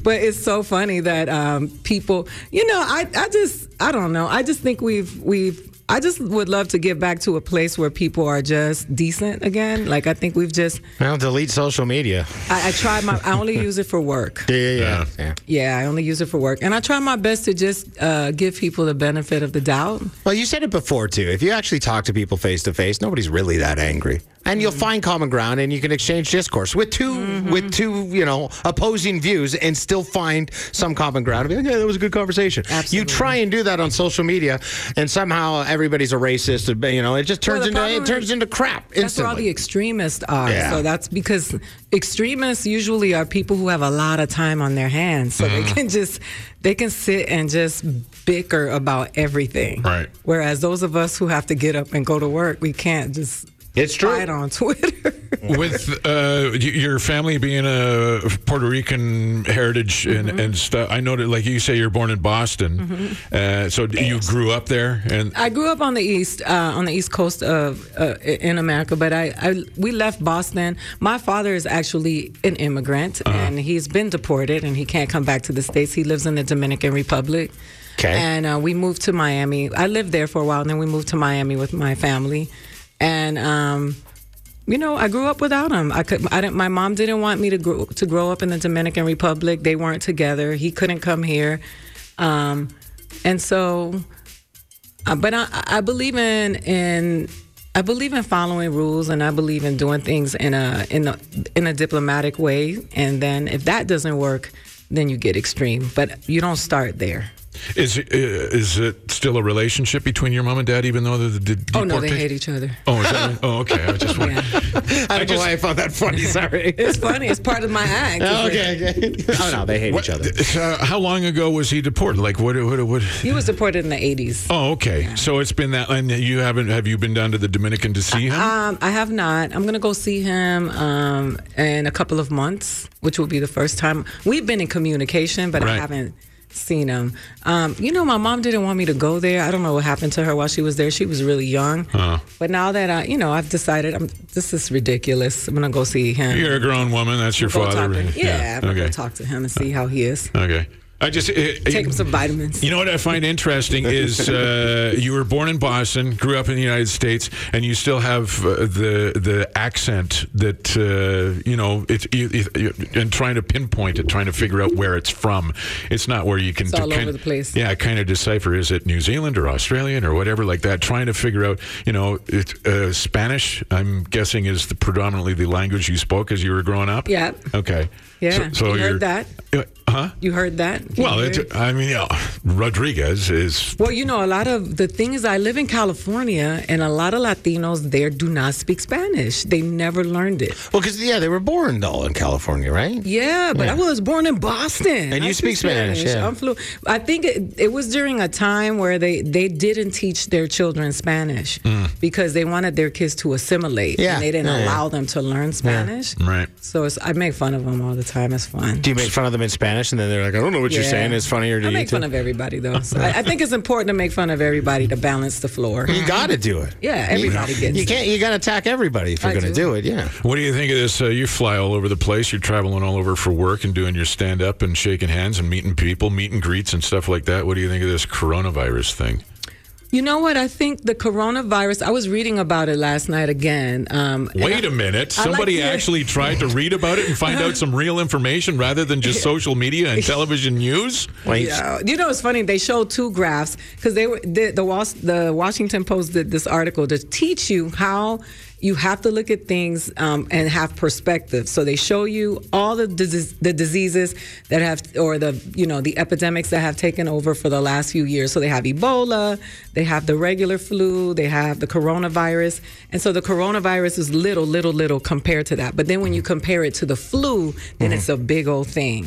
Speaker 11: but it's so funny that um, people, you know, I, I just, I don't know. I just think we've, we've, I just would love to get back to a place where people are just decent again. Like I think we've just,
Speaker 2: Well, delete social media.
Speaker 11: I, I tried my, I only use it for work.
Speaker 2: Yeah, yeah, yeah. yeah.
Speaker 11: Yeah, I only use it for work, and I try my best to just uh, give people the benefit of the doubt.
Speaker 2: Well, you said it before, too. If you actually talk to people face to face, nobody's really that angry. And you'll find common ground and you can exchange discourse with 2
Speaker 11: Mm-hmm.
Speaker 2: with two, you know, opposing views and still find some common ground. Be like, Yeah, that was a good conversation. You
Speaker 11: Absolutely.
Speaker 2: try and do that on social media and somehow everybody's a racist, you know, it just turns
Speaker 11: Well, the
Speaker 2: into it
Speaker 11: problem
Speaker 2: turns
Speaker 11: is-
Speaker 2: into crap
Speaker 11: That's where all the
Speaker 2: instantly.
Speaker 11: extremists are.
Speaker 2: Yeah.
Speaker 11: So that's because extremists usually are people who have a lot of time on their hands, so they can just they can sit and just bicker about everything.
Speaker 1: Right.
Speaker 11: Whereas those of us who have to get up and go to work, we can't just
Speaker 2: It's true.
Speaker 11: fight on Twitter.
Speaker 1: With uh, y- your family being a Puerto Rican heritage and,
Speaker 11: Mm-hmm.
Speaker 1: and stuff, I noted, like you say, you're born in Boston. Uh, so d you grew up there, and
Speaker 11: I grew up on the east, uh, on the east coast of uh, in America, but I, I we left Boston. My father is actually an immigrant, and he's been deported, and he can't come back to the states. He lives in the Dominican Republic.
Speaker 2: 'Kay.
Speaker 11: And uh, we moved to Miami. I lived there for a while, and then we moved to Miami with my family, and. Um, you know, I grew up without him. I could. I didn't. My mom didn't want me to grow to grow up in the Dominican Republic. They weren't together. He couldn't come here, um, and so. Uh, but I, I believe in in I believe in following rules, and I believe in doing things in a in a in a diplomatic way. And then if that doesn't work, then you get extreme. But you don't start there.
Speaker 1: is uh, is it still a relationship between your mom and dad, even though the, the the
Speaker 11: Oh no, they
Speaker 1: deportation-
Speaker 11: hate each other.
Speaker 1: Oh, is that, oh, okay. I just went.
Speaker 11: Yeah.
Speaker 2: I don't know why I found that funny. Sorry.
Speaker 11: It's funny. It's part of my act. It's like-
Speaker 2: okay, okay. Oh no, they hate each other.
Speaker 1: Uh, how long ago was he deported? Like what? What? What?
Speaker 11: He was deported in the eighties.
Speaker 1: Oh, okay. So it's been that, and you haven't. Have you been down to the Dominican to see him?
Speaker 11: Um, I have not. I'm gonna go see him um, in a couple of months, which will be the first time we've been in communication, but I
Speaker 1: Right.
Speaker 11: haven't seen him. Um, you know, my mom didn't want me to go there. I don't know what happened to her while she was there. She was really young. But now that I, you know, I've decided I'm, this is ridiculous. I'm gonna go see him.
Speaker 1: You're a grown woman. That's your
Speaker 11: Go talk
Speaker 1: father.
Speaker 11: to him. Yeah, I'm gonna
Speaker 1: Okay.
Speaker 11: go talk to him and see how he is.
Speaker 1: Okay. I just uh, it,
Speaker 11: Take him
Speaker 1: it-
Speaker 11: some vitamins.
Speaker 1: You know what I find interesting is uh, you were born in Boston, grew up in the United States, and you still have uh, the the accent that uh, you know. It, you, you- you- and trying to pinpoint it, trying to figure out where it's from. It's not where you can.
Speaker 11: It's all
Speaker 1: kind
Speaker 11: over the place.
Speaker 1: Yeah, kind of decipher is it New Zealand or Australian or whatever like that. Trying to figure out, you know, it, uh, Spanish. I'm guessing is the predominantly the language you spoke as you were growing up.
Speaker 11: Yeah.
Speaker 1: Okay.
Speaker 11: Yeah,
Speaker 1: So, so
Speaker 11: you heard
Speaker 1: you're-
Speaker 11: that.
Speaker 1: Uh, Huh?
Speaker 11: You heard that? Can
Speaker 1: well,
Speaker 11: you
Speaker 1: it,
Speaker 11: hear it?
Speaker 1: I mean, yeah, Rodriguez is.
Speaker 11: Well, you know, a lot of the thing is, I live in California, and a lot of Latinos there do not speak Spanish. They never learned it.
Speaker 2: Well, because yeah, they were born though in California, right?
Speaker 11: Yeah, but I was born in Boston.
Speaker 2: And
Speaker 11: I
Speaker 2: you speak Spanish, yeah.
Speaker 11: I'm fluent. I think it, it was during a time where they, they didn't teach their children Spanish because they wanted their kids to assimilate.
Speaker 2: Mm. Yeah,
Speaker 11: And they didn't
Speaker 2: yeah, yeah.
Speaker 11: allow them to learn Spanish.
Speaker 1: Right.
Speaker 11: So it's, I make fun of them all the time. It's fun.
Speaker 2: Do you make fun of them in Spanish, and then they're like, "I don't know what you're
Speaker 11: Yeah.
Speaker 2: saying. It's funnier to
Speaker 11: I
Speaker 2: you."
Speaker 11: make
Speaker 2: too?
Speaker 11: fun of everybody, though. So I, I think it's important to make fun of everybody to balance the floor.
Speaker 2: you got to do it.
Speaker 11: Yeah, everybody gets
Speaker 2: You
Speaker 11: it.
Speaker 2: can't. You got to attack everybody if you're
Speaker 11: I
Speaker 2: going to do
Speaker 11: do.
Speaker 2: it. Yeah.
Speaker 1: What do you think of this? Uh, you fly all over the place. You're traveling all over for work and doing your stand up and shaking hands and meeting people, meet and greets and stuff like that. What do you think of this coronavirus thing?
Speaker 11: You know what? I think the coronavirus, I was reading about it last night again. Um, and
Speaker 1: Wait
Speaker 11: I-
Speaker 1: a minute.
Speaker 11: I like
Speaker 1: Somebody
Speaker 11: to-
Speaker 1: actually tried to read about it and find out some real information rather than just social media and television news?
Speaker 2: Wait.
Speaker 11: Yeah. uh, You know, it's funny. They showed two graphs because they were the the, Was- the Washington Post did this article to teach you how you have to look at things um, and have perspective. So they show you all the dis- the diseases that have or the you know the epidemics that have taken over for the last few years. So they have Ebola, they have the regular flu, they have the coronavirus, and so the coronavirus is little, little, little compared to that. But then when you compare it to the flu, then it's a
Speaker 1: Mm-hmm.
Speaker 11: big old thing.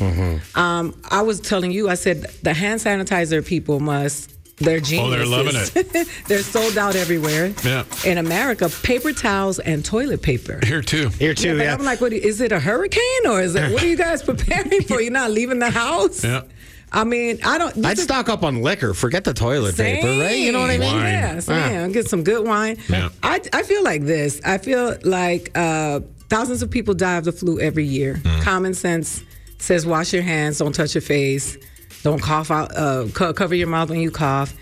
Speaker 11: Um, I was telling you, I said the hand sanitizer people must. They're
Speaker 1: Oh,
Speaker 11: geniuses.
Speaker 1: they're loving
Speaker 11: it. they're sold out everywhere.
Speaker 1: Yeah.
Speaker 11: In America, paper towels and toilet paper.
Speaker 1: Here, too.
Speaker 2: Here too.
Speaker 11: but
Speaker 2: Yeah.
Speaker 11: I'm like, what, is it a hurricane or is it? What are you guys preparing for? You're not leaving the house.
Speaker 1: Yeah.
Speaker 11: I mean, I don't.
Speaker 2: I'd stock up on liquor. Forget the toilet paper, right? You know what I mean?
Speaker 1: Same. Wine. Ah.
Speaker 11: Yeah, same. Get some good wine.
Speaker 1: Yeah.
Speaker 11: I, I feel like this. I feel like uh, thousands of people die of the flu every year.
Speaker 1: Mm.
Speaker 11: Common sense says wash your hands, don't touch your face, don't cough out, uh, co- cover your mouth when you cough.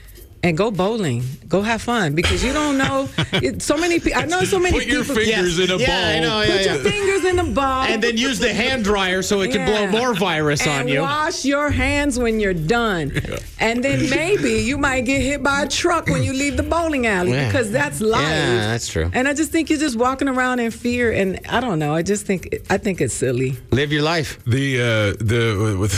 Speaker 11: And go bowling. Go have fun because you don't know. It, so many people. I know so many
Speaker 1: Put your
Speaker 11: people.
Speaker 1: fingers in a
Speaker 2: Yeah, I
Speaker 1: ball.
Speaker 2: know, yeah.
Speaker 11: Put your fingers in the ball.
Speaker 2: And then use the hand dryer so it can
Speaker 11: Yeah.
Speaker 2: blow more virus on
Speaker 11: and
Speaker 2: you.
Speaker 11: Wash your hands when you're done. And then maybe you might get hit by a truck when you leave the bowling alley
Speaker 2: Yeah.
Speaker 11: because that's life.
Speaker 2: Yeah, that's true.
Speaker 11: And I just think you're just walking around in fear and I don't know. I just think I think it's silly.
Speaker 2: Live your life.
Speaker 1: The uh, the with,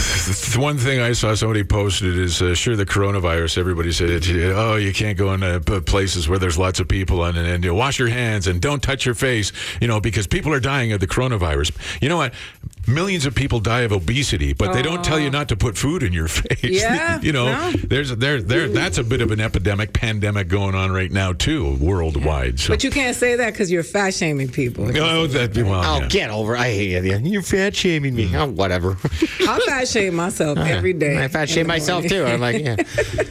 Speaker 1: the one thing I saw somebody posted is uh, sure the coronavirus. Everybody said, it, "Oh, you can't go in uh, p- places where there's lots of people and, and, and you know, wash your hands and don't touch your face." You know, because people are dying of the coronavirus. You know what? Millions of people die of obesity, but they don't tell you not to put food in your face.
Speaker 11: Yeah,
Speaker 1: you know,
Speaker 11: no.
Speaker 1: there's there there that's a bit of an epidemic pandemic going on right now too, worldwide. So.
Speaker 11: But you can't say that because you're fat shaming people.
Speaker 1: Oh, that well,
Speaker 2: Oh,
Speaker 1: yeah.
Speaker 2: get over. it. I hate you. You're fat shaming me. Oh, whatever.
Speaker 11: I fat shame myself every day.
Speaker 2: Uh, I fat
Speaker 11: in
Speaker 2: shame
Speaker 11: the
Speaker 2: myself
Speaker 11: morning.
Speaker 2: too. I'm like, yeah.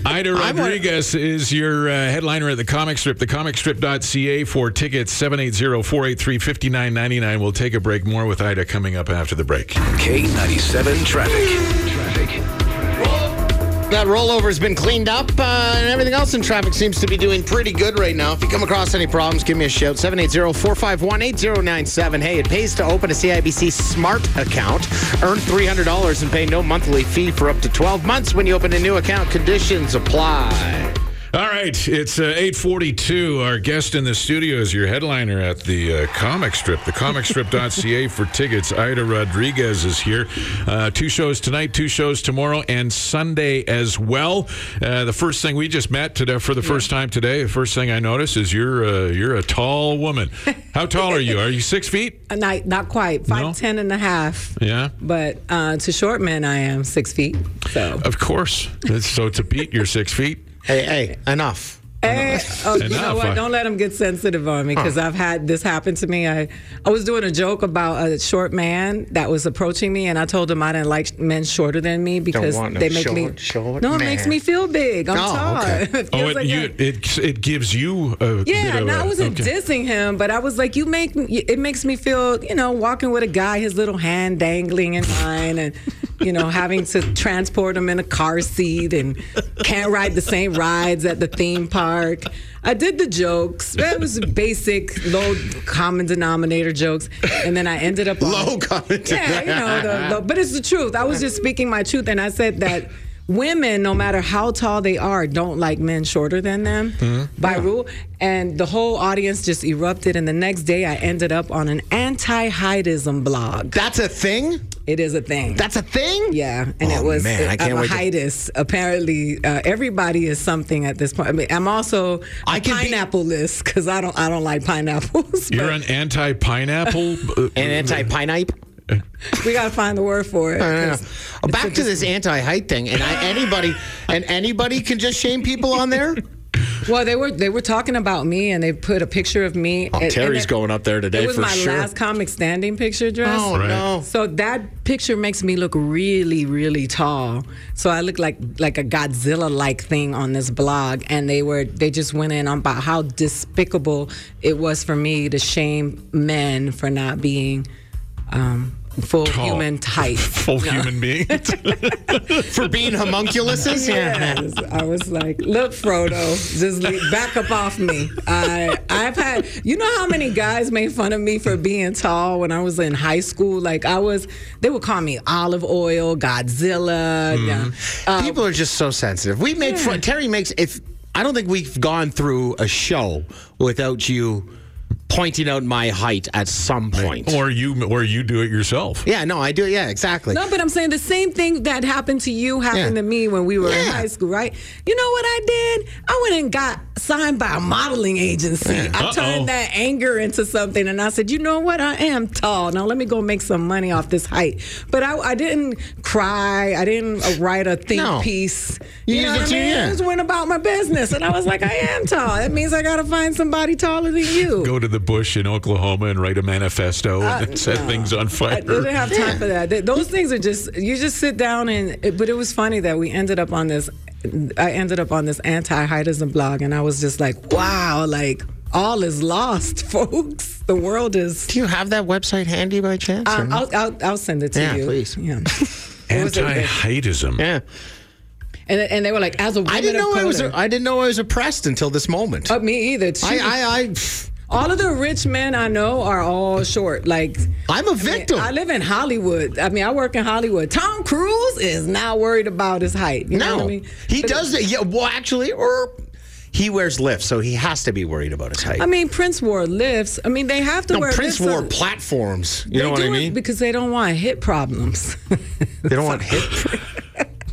Speaker 1: Ida Rodriguez is your uh, headliner at the comic strip, thecomicstrip.ca for tickets, 780-483-5999. We'll take a break more with Ida coming up after the break.
Speaker 3: K97 traffic.
Speaker 2: That rollover's been cleaned up, uh, and everything else in traffic seems to be doing pretty good right now. If you come across any problems, give me a shout 780 451 8097. Hey, it pays to open a CIBC Smart account. Earn $300 and pay no monthly fee for up to 12 months when you open a new account. Conditions apply.
Speaker 1: All right, it's uh, 842. Our guest in the studio is your headliner at the uh, comic strip, thecomicstrip.ca for tickets. Ida Rodriguez is here. Uh, two shows tonight, two shows tomorrow, and Sunday as well. Uh, the first thing we just met today, for the first time today, the first thing I noticed is you're, uh, you're a tall woman. How tall are you? Are you six feet?
Speaker 11: Uh, Not, not quite.
Speaker 1: No?
Speaker 11: Five ten and a half.
Speaker 1: Yeah.
Speaker 11: But uh, to short men, I am six feet. So.
Speaker 1: Of course. So to beat your six feet.
Speaker 2: Hey, hey, enough.
Speaker 11: Eh, oh, you know
Speaker 1: Enough, I-
Speaker 11: what? Don't let them get sensitive on me because I've had this happen to me. I, I was doing a joke about a short man that was approaching me, and I told him I didn't like men shorter than me because
Speaker 2: want no
Speaker 11: they make me
Speaker 2: short, short
Speaker 11: no, it
Speaker 2: man.
Speaker 11: makes me feel big. I'm
Speaker 2: Oh,
Speaker 11: tall.
Speaker 2: okay.
Speaker 11: It
Speaker 1: Oh,
Speaker 11: feels
Speaker 1: it,
Speaker 11: like
Speaker 1: you,
Speaker 11: a-
Speaker 1: it, it gives you a
Speaker 11: yeah,
Speaker 1: bit of
Speaker 11: and I
Speaker 1: a-
Speaker 11: wasn't
Speaker 1: okay.
Speaker 11: dissing him, but I was like, you make it makes me feel, you know, walking with a guy, his little hand dangling in mine, and you know, having to transport him in a car seat, and can't ride the same rides at the theme park. I did the jokes. That was basic, low common denominator jokes, and then I ended up on,
Speaker 2: Low common
Speaker 11: Yeah, you know, the, the, but it's the truth. I was just speaking my truth, and I said that. Women, no matter how tall they are, don't like men shorter than them
Speaker 2: Mm-hmm.
Speaker 11: by rule. And the whole audience just erupted. And the next day, I ended up on an anti-heightism blog.
Speaker 2: That's a thing?
Speaker 11: It is a thing.
Speaker 2: That's a thing.
Speaker 11: Yeah, and
Speaker 2: Oh,
Speaker 11: it was
Speaker 2: man, I
Speaker 11: it-
Speaker 2: can't
Speaker 11: a
Speaker 2: wait to-
Speaker 11: hiatus. Apparently, uh, everybody is something at this point. I mean, I'm also I pineapple list because I don't I don't like pineapples.
Speaker 1: You're an uh, anti pineapple? An
Speaker 2: anti pineapple?
Speaker 11: we gotta find the word for it.
Speaker 2: I don't know.
Speaker 11: 'cause
Speaker 2: Back to this anti-height thing, and I, anybody and anybody can just shame people on there.
Speaker 11: Well, they were they were talking about me, and they put a picture of me.
Speaker 2: Oh,
Speaker 11: and-
Speaker 2: Terry's
Speaker 11: and it-
Speaker 2: going up there today
Speaker 11: It was
Speaker 2: for
Speaker 11: my
Speaker 2: sure.
Speaker 11: last comic standing picture dress.
Speaker 2: Oh, Right. no.
Speaker 11: So that picture makes me look really, really tall. So I look like like a Godzilla-like thing on this blog, and they were they just went in on about how despicable it was for me to shame men for not being. Um, Full
Speaker 1: Tall.
Speaker 11: human type.
Speaker 1: Full human being.
Speaker 2: For being homunculuses? Yeah.
Speaker 11: Yes. I was like, look, Frodo, just leave, back up off me. I, I've had, you know how many guys made fun of me for being tall when I was in high school? Like, I was, they would call me olive oil, Godzilla. yeah. Uh, Um,
Speaker 2: People are just so sensitive. We make fun. Terry makes if I don't think we've gone through a show without you pointing out my height at some point.
Speaker 1: Or you or you do it yourself.
Speaker 2: Yeah, no, I do. Yeah, exactly.
Speaker 11: No, but I'm saying the same thing that happened to you happened
Speaker 2: Yeah.
Speaker 11: to me when we were in
Speaker 2: Yeah.
Speaker 11: high school, right? You know what I did? I went and got signed by a modeling agency.
Speaker 2: Yeah.
Speaker 11: I
Speaker 2: Uh-oh.
Speaker 11: turned that anger into something and I said, you know what? I am tall. Now let me go make some money off this height. But I, I didn't cry. I didn't uh, write a think
Speaker 2: No.
Speaker 11: piece.
Speaker 2: You
Speaker 11: You, know
Speaker 2: used
Speaker 11: what I
Speaker 2: it to-
Speaker 11: mean?
Speaker 2: yeah.
Speaker 11: I just went about my business and I was like, I am tall. That means I got to find somebody taller than you.
Speaker 1: Go to the bush in Oklahoma and write a manifesto
Speaker 11: Uh,
Speaker 1: and then set
Speaker 11: no.
Speaker 1: things on fire.
Speaker 11: I didn't have time for that. Th- Those things are just you just sit down and. it- But it was funny that we ended up on this. I ended up on this anti-heightism blog, and I was just like, wow, like all is lost, folks. The world is.
Speaker 2: Do you have that website handy by chance? or
Speaker 11: Um,
Speaker 2: no?
Speaker 11: I'll, I'll, I'll send it to
Speaker 2: Yeah,
Speaker 11: you.
Speaker 2: please.
Speaker 11: Yeah.
Speaker 1: Anti heightism.
Speaker 2: yeah.
Speaker 11: And, and they were like, as a woman
Speaker 2: I didn't
Speaker 11: of
Speaker 2: know I was.
Speaker 11: color-
Speaker 2: I didn't know I was oppressed until this moment.
Speaker 11: Uh, me either.
Speaker 2: I,
Speaker 11: Shoot.
Speaker 2: I, I,
Speaker 11: all of the rich men I know are all short. Like
Speaker 2: I'm a
Speaker 11: I mean,
Speaker 2: victim.
Speaker 11: I, live in Hollywood. I mean, I work in Hollywood. Tom Cruise is not worried about his height. You know
Speaker 2: no,
Speaker 11: what I mean?
Speaker 2: he
Speaker 11: But-
Speaker 2: does. Yeah, well, actually, or he wears lifts, so he has to be worried about his height.
Speaker 11: I mean, Prince wore lifts. I mean, they have to
Speaker 2: no,
Speaker 11: wear
Speaker 2: Prince
Speaker 11: lifts.
Speaker 2: wore platforms. You
Speaker 11: They
Speaker 2: know what
Speaker 11: do
Speaker 2: I
Speaker 11: it
Speaker 2: mean?
Speaker 11: because they don't want hip problems.
Speaker 2: They don't want hip.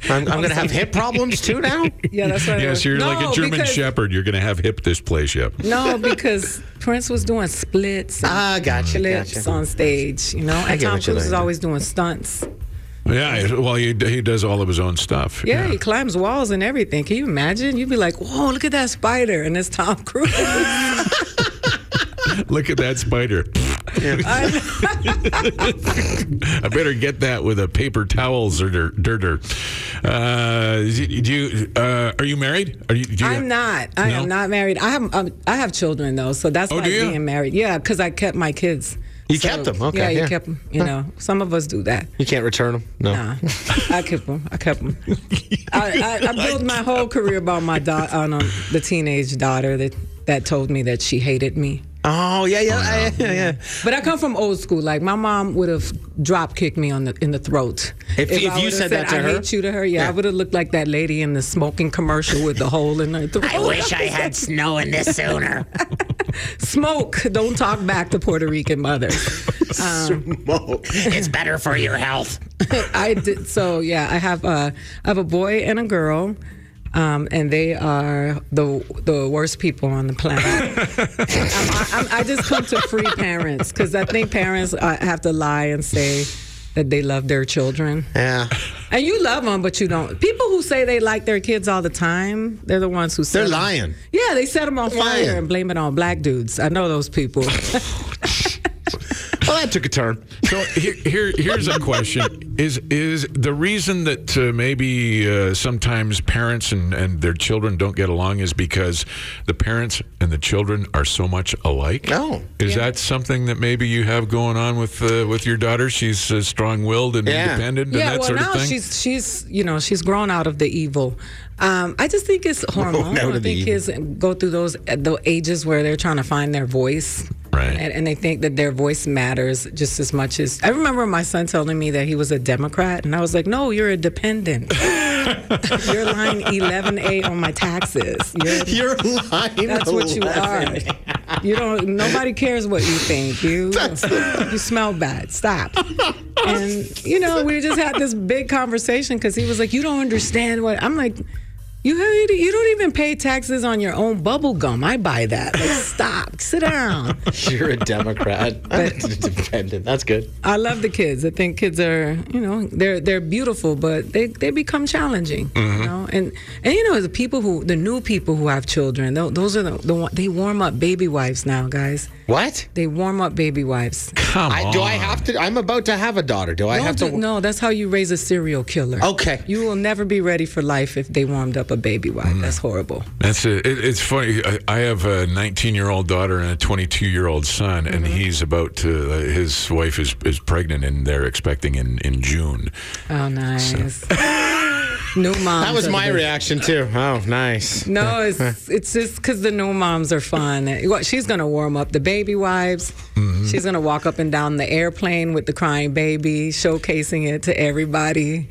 Speaker 2: I'm, I'm going to have hip problems too now.
Speaker 11: yeah, that's right.
Speaker 1: Yes, you're like a
Speaker 11: No,
Speaker 1: German
Speaker 11: because-
Speaker 1: Shepherd. You're going to have hip dysplasia.
Speaker 11: No, because Prince was doing splits. and
Speaker 2: Ah, gotcha,
Speaker 11: flips
Speaker 2: gotcha.
Speaker 11: on stage, you know,
Speaker 2: I
Speaker 11: and
Speaker 2: get
Speaker 11: Tom
Speaker 2: what you're
Speaker 11: Cruise is
Speaker 2: doing.
Speaker 11: always doing stunts.
Speaker 1: Yeah, well, he, he does all of his own stuff.
Speaker 11: Yeah, he climbs walls and everything. Can you imagine? You'd be like, "Whoa, look at that spider!" And it's Tom Cruise.
Speaker 1: Look at that spider. I better get that with a paper towels or dir- dirter. Uh, is it- do you? Uh, are you married? Are you? Do you
Speaker 11: I'm not. I
Speaker 1: No?
Speaker 11: am not married. I have um, I have children though, so that's
Speaker 1: Oh,
Speaker 11: like
Speaker 1: do you?
Speaker 11: being married. Yeah, because I kept my kids.
Speaker 2: You kept them? Okay,
Speaker 11: Yeah, you
Speaker 2: yeah.
Speaker 11: kept them. You know, some of us do that.
Speaker 2: You can't return them. No.
Speaker 11: Nah,
Speaker 2: Oh.
Speaker 11: I kept them. I kept them. I, I, I built my whole career about my da- on um, the teenage daughter that that told me that she hated me.
Speaker 2: Oh yeah, yeah, I- yeah, yeah.
Speaker 11: But I come from old school. Like my mom would have drop kicked me on the in the throat.
Speaker 2: If- if
Speaker 11: I
Speaker 2: you
Speaker 11: would've
Speaker 2: said that to
Speaker 11: I
Speaker 2: her?
Speaker 11: hate you to her. Yeah,
Speaker 2: Yeah.
Speaker 11: I would have looked like that lady in the smoking commercial with the hole in her throat.
Speaker 2: I had snow in this sooner.
Speaker 11: Smoke. Don't talk back to Puerto Rican mothers. Um,
Speaker 2: Smoke. It's better for your health.
Speaker 11: I did. So yeah, I have a I have a boy and a girl. Um, and they are the the worst people on the planet. I'm, I'm, I just come to free parents because I think parents uh, have to lie and say that they love their children.
Speaker 2: Yeah.
Speaker 11: And you love them, but you don't. People who say they like their kids all the time, they're the ones who. set
Speaker 2: They're
Speaker 11: 'em-
Speaker 2: lying.
Speaker 11: Yeah, they set them on fire
Speaker 2: Lying.
Speaker 11: and blame it on black dudes. I know those people.
Speaker 2: Well, that took a turn.
Speaker 1: So here, here, here's a question: Is is the reason that uh, maybe uh, sometimes parents and, and their children don't get along is because the parents and the children are so much alike?
Speaker 2: No.
Speaker 1: Is that something that maybe you have going on with uh, with your daughter? She's uh, strong-willed and
Speaker 2: Yeah.
Speaker 1: independent
Speaker 11: yeah,
Speaker 1: and that
Speaker 11: well
Speaker 1: sort
Speaker 11: now
Speaker 1: of thing.
Speaker 11: she's she's you know she's grown out of the evil. Um, I just think it's hormonal.
Speaker 2: out of
Speaker 11: I
Speaker 2: the
Speaker 11: think
Speaker 2: evil.
Speaker 11: kids go through those the ages where they're trying to find their voice.
Speaker 1: Right.
Speaker 11: And, and they think that their voice matters just as much as. I remember my son telling me that he was a Democrat, and I was like, "No, you're a dependent. you're line 11A on my taxes. You're
Speaker 2: You're lying.
Speaker 11: that's what you are. You don't. Nobody cares what you think. You you smell bad. Stop. And you know, we just had this big conversation because he was like, "You don't understand what I'm like." You hate- you don't even pay taxes on your own bubble gum. I buy that. Like, stop. Sit down.
Speaker 2: You're a Democrat. Dependent. That's good.
Speaker 11: I love the kids. I think kids are, you know, they're they're beautiful, but they, they become challenging. You know, and and you know the people who the new people who have children, tho- those are the, the one, they warm up baby wives now, guys.
Speaker 2: What?
Speaker 11: They warm up baby wives.
Speaker 1: Come
Speaker 2: I, do I have to? I'm about to have a daughter. Do I
Speaker 11: Don't
Speaker 2: have to?
Speaker 11: do- no, that's how you raise a serial killer.
Speaker 2: Okay. Mm.
Speaker 11: You will never be ready for life if they warmed up a baby wife. That's horrible.
Speaker 1: That's it. it it's funny. I, I have a 19 year old daughter and a 22 year old son, and
Speaker 11: Mm-hmm.
Speaker 1: he's about to. Uh, his wife is, is pregnant, and they're expecting in in June.
Speaker 11: Oh, nice. New moms.
Speaker 2: That was
Speaker 11: are
Speaker 2: my
Speaker 11: the-
Speaker 2: reaction too. Oh, nice.
Speaker 11: No, it's it's just because the new moms are fun. Well, She's gonna warm up the baby wives.
Speaker 2: Mm-hmm.
Speaker 11: She's gonna walk up and down the airplane with the crying baby, showcasing it to everybody.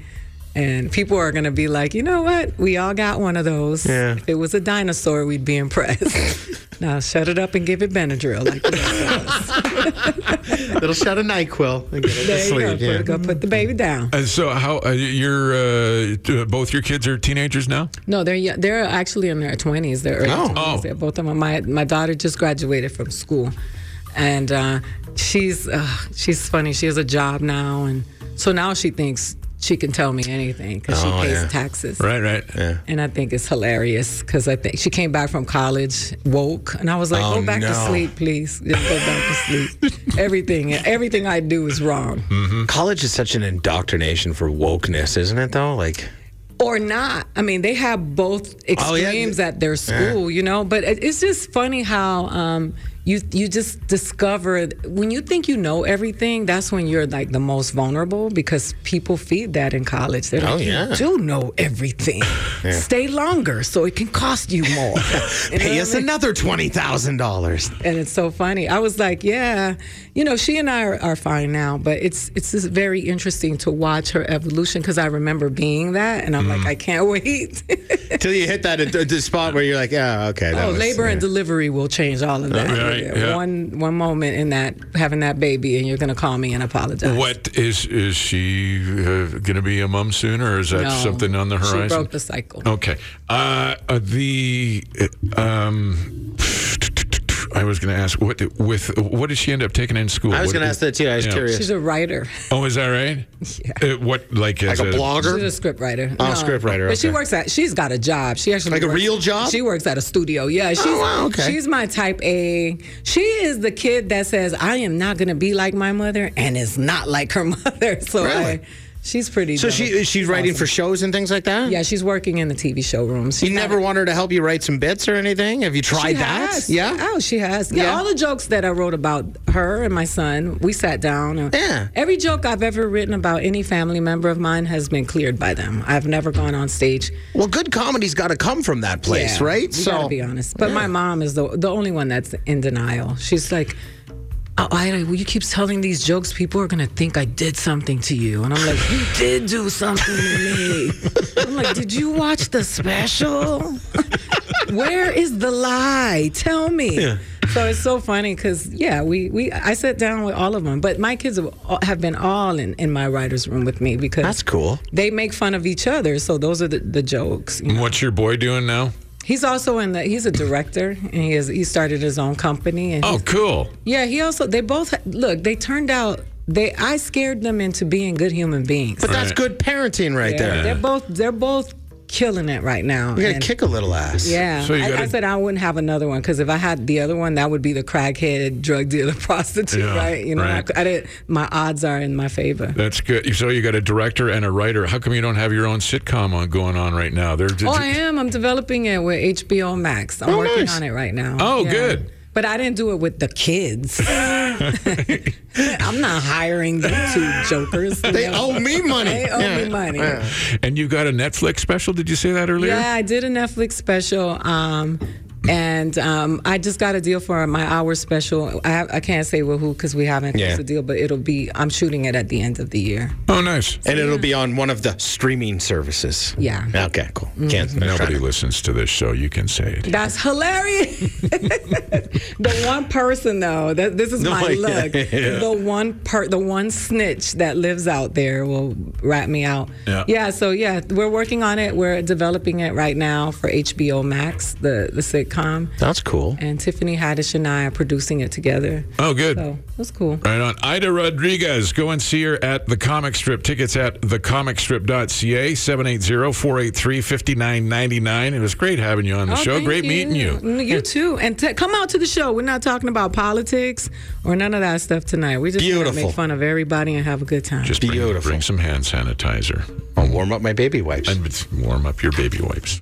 Speaker 11: And people are gonna be like, you know what? We all got one of those.
Speaker 2: Yeah.
Speaker 11: If it was a dinosaur, we'd be impressed. now shut it up and give it Benadryl. Like,
Speaker 2: Little shot of Nyquil and get it to
Speaker 11: there you go.
Speaker 2: sleep.
Speaker 11: Put,
Speaker 2: Yeah.
Speaker 11: go put the baby down.
Speaker 1: And so, how uh, you're uh, t- both your kids are teenagers now?
Speaker 11: No, they're yo- they're actually in their twenties. They're early
Speaker 1: Oh.
Speaker 11: 20s.
Speaker 1: Oh.
Speaker 11: They're both of them. My my daughter just graduated from school, and uh, she's uh, she's funny. She has a job now, and so now she thinks she can tell me anything because
Speaker 2: Oh,
Speaker 11: she pays
Speaker 2: yeah.
Speaker 11: taxes.
Speaker 1: Right, right. Yeah.
Speaker 11: And I think it's hilarious because I think she came back from college woke, and I was like,
Speaker 2: Oh,
Speaker 11: "Go back to
Speaker 2: no.
Speaker 11: sleep, please. Just go back to sleep. everything, everything I do is wrong,
Speaker 2: College is such an indoctrination for wokeness, isn't it? Though, like,
Speaker 11: or not. I mean, they have both
Speaker 2: Oh, yeah.
Speaker 11: extremes at their school, you know. But it, it's just funny how um, you you just discover when you think you know everything. That's when you're like the most vulnerable because people feed that in college. They're
Speaker 2: Oh,
Speaker 11: like,
Speaker 2: yeah.
Speaker 11: you do know everything. Stay longer so it can cost you more. You know what
Speaker 2: pay
Speaker 11: I
Speaker 2: us
Speaker 11: mean?
Speaker 2: another twenty thousand dollars.
Speaker 11: and it's so funny. I was like, yeah, you know, she and I are, are fine now, but it's it's just very interesting to watch her evolution because I remember being that, and I'm
Speaker 2: Mm.
Speaker 11: like, I can't wait.
Speaker 2: Till you hit that uh, the spot where you're like, oh, okay. That
Speaker 11: oh,
Speaker 2: was,
Speaker 11: labor
Speaker 2: yeah.
Speaker 11: and delivery will change all of that.
Speaker 1: Right,
Speaker 11: Yeah.
Speaker 1: yeah.
Speaker 11: One one moment in that having that baby, and you're gonna call me and apologize.
Speaker 1: What is is she uh, going to be a mom soon, or is that
Speaker 11: No.
Speaker 1: something on the horizon?
Speaker 11: She broke the cycle.
Speaker 1: Okay. Uh, uh, the uh, um, I was going to ask what with what did she end up taking in school?
Speaker 2: I was
Speaker 1: What-
Speaker 2: going to ask that too. I was
Speaker 1: Yeah.
Speaker 2: curious.
Speaker 11: She's a writer.
Speaker 1: Oh, is that right? Yeah. what like
Speaker 2: Like
Speaker 1: is
Speaker 2: a
Speaker 1: it-
Speaker 2: blogger.
Speaker 11: She's a script writer.
Speaker 2: Oh, script writer,
Speaker 11: But she
Speaker 2: okay.
Speaker 11: works at. She's got a job. She actually
Speaker 2: Like a
Speaker 11: works-
Speaker 2: real job? Oh,
Speaker 11: She works at a studio. Yeah. She's,
Speaker 2: wow, okay.
Speaker 11: She's my type A. She is the kid that says, "I am not going to be like my mother," and is not like her mother. So
Speaker 2: Really?
Speaker 11: I, she's pretty.
Speaker 2: So
Speaker 11: dope.
Speaker 2: she she's writing for shows and things like that.
Speaker 11: Yeah, she's working in the TV showroom. She
Speaker 2: You never want her to help you write some bits or anything. Have you tried that?
Speaker 11: Has.
Speaker 2: Yeah.
Speaker 11: Oh, she has. Yeah,
Speaker 2: Yeah.
Speaker 11: All the jokes that I wrote about her and my son, we sat down. and
Speaker 2: Yeah.
Speaker 11: Every joke I've ever written about any family member of mine has been cleared by them. I've never gone on stage.
Speaker 2: Well, good comedy's got to come from that place,
Speaker 11: Yeah,
Speaker 2: right?
Speaker 11: We gotta be honest. But my mom is the the only one that's in denial. She's like, oh, Ida, well, you keep telling these jokes. People are gonna think I did something to you, and I'm like, you did do something to me. I'm like, did you watch the special? Where is the lie? Tell me. So it's so funny because yeah, we, we I sat down with all of them, but my kids have, all- have been all in, in my writers' room with me because
Speaker 2: That's cool.
Speaker 11: They make fun of each other, so those are the, the jokes.
Speaker 1: What's your boy doing now?
Speaker 11: He's also in the. He's a director, and he is. He started his own company, and
Speaker 1: Oh, cool.
Speaker 11: yeah, he also. They both look. They turned out. They I scared them into being good human beings.
Speaker 2: But that's
Speaker 1: Right.
Speaker 2: good parenting right
Speaker 11: they're,
Speaker 2: there.
Speaker 11: they're both. They're both killing it right now.
Speaker 2: You got
Speaker 11: and-
Speaker 2: to kick a little ass.
Speaker 11: Yeah,
Speaker 1: So you
Speaker 11: I, I
Speaker 1: gotta-
Speaker 11: said I wouldn't have another one because if I had the other one, that would be the crackhead drug dealer prostitute,
Speaker 1: Yeah,
Speaker 11: right? You know,
Speaker 1: right.
Speaker 11: I, I did. My odds are in my favor.
Speaker 1: That's good. So you got a director and a writer. How come you don't have your own sitcom on going on right now? They're
Speaker 11: Oh, I am. I'm developing it with HBO Max. I'm
Speaker 2: Oh,
Speaker 11: working
Speaker 2: nice.
Speaker 11: on it right now.
Speaker 1: Oh, good.
Speaker 11: But I didn't do it with the kids. I'm not hiring them two jokers.
Speaker 2: They
Speaker 11: No.
Speaker 2: owe me money.
Speaker 11: They owe
Speaker 2: Yeah.
Speaker 11: me money. Yeah.
Speaker 1: And you got a Netflix special? Did you say that earlier?
Speaker 11: I did a Netflix special. Um, and um, I just got a deal for my hour special. I, have, I can't say with who because we haven't
Speaker 2: Yeah.
Speaker 11: closed the deal, but it'll be. I'm shooting it at the end of the year.
Speaker 1: Oh, nice.
Speaker 2: And it'll be on one of the streaming services.
Speaker 11: Yeah. Mm-hmm.
Speaker 2: Okay, cool. Can't
Speaker 1: Nobody listens to this show. You can say it.
Speaker 11: That's hilarious. the one person though, that this is
Speaker 1: No,
Speaker 11: my
Speaker 1: yeah,
Speaker 11: look.
Speaker 1: yeah.
Speaker 11: The one per, the one snitch that lives out there will rat me out.
Speaker 1: Yeah.
Speaker 11: So yeah, we're working on it. We're developing it right now for HBO Max, the the sitcom,
Speaker 2: That's cool.
Speaker 11: and Tiffany Haddish and I are producing it together.
Speaker 1: Oh, good.
Speaker 11: So that's cool.
Speaker 1: Right on. Ida Rodriguez. Go and see her at the comic strip. Tickets at thecomicstrip.ca, 780-483-5999. It was great having you on the
Speaker 11: Oh,
Speaker 1: show.
Speaker 11: thank
Speaker 1: Great meeting you.
Speaker 11: Mm, You too. And t- come out to the show. We're not talking about politics or none of that stuff tonight. We're just gonna
Speaker 2: Beautiful.
Speaker 11: make fun of everybody and have a good time.
Speaker 1: Just bring, bring some hand sanitizer.
Speaker 2: I'll warm up my baby wipes.
Speaker 1: And warm up your baby wipes.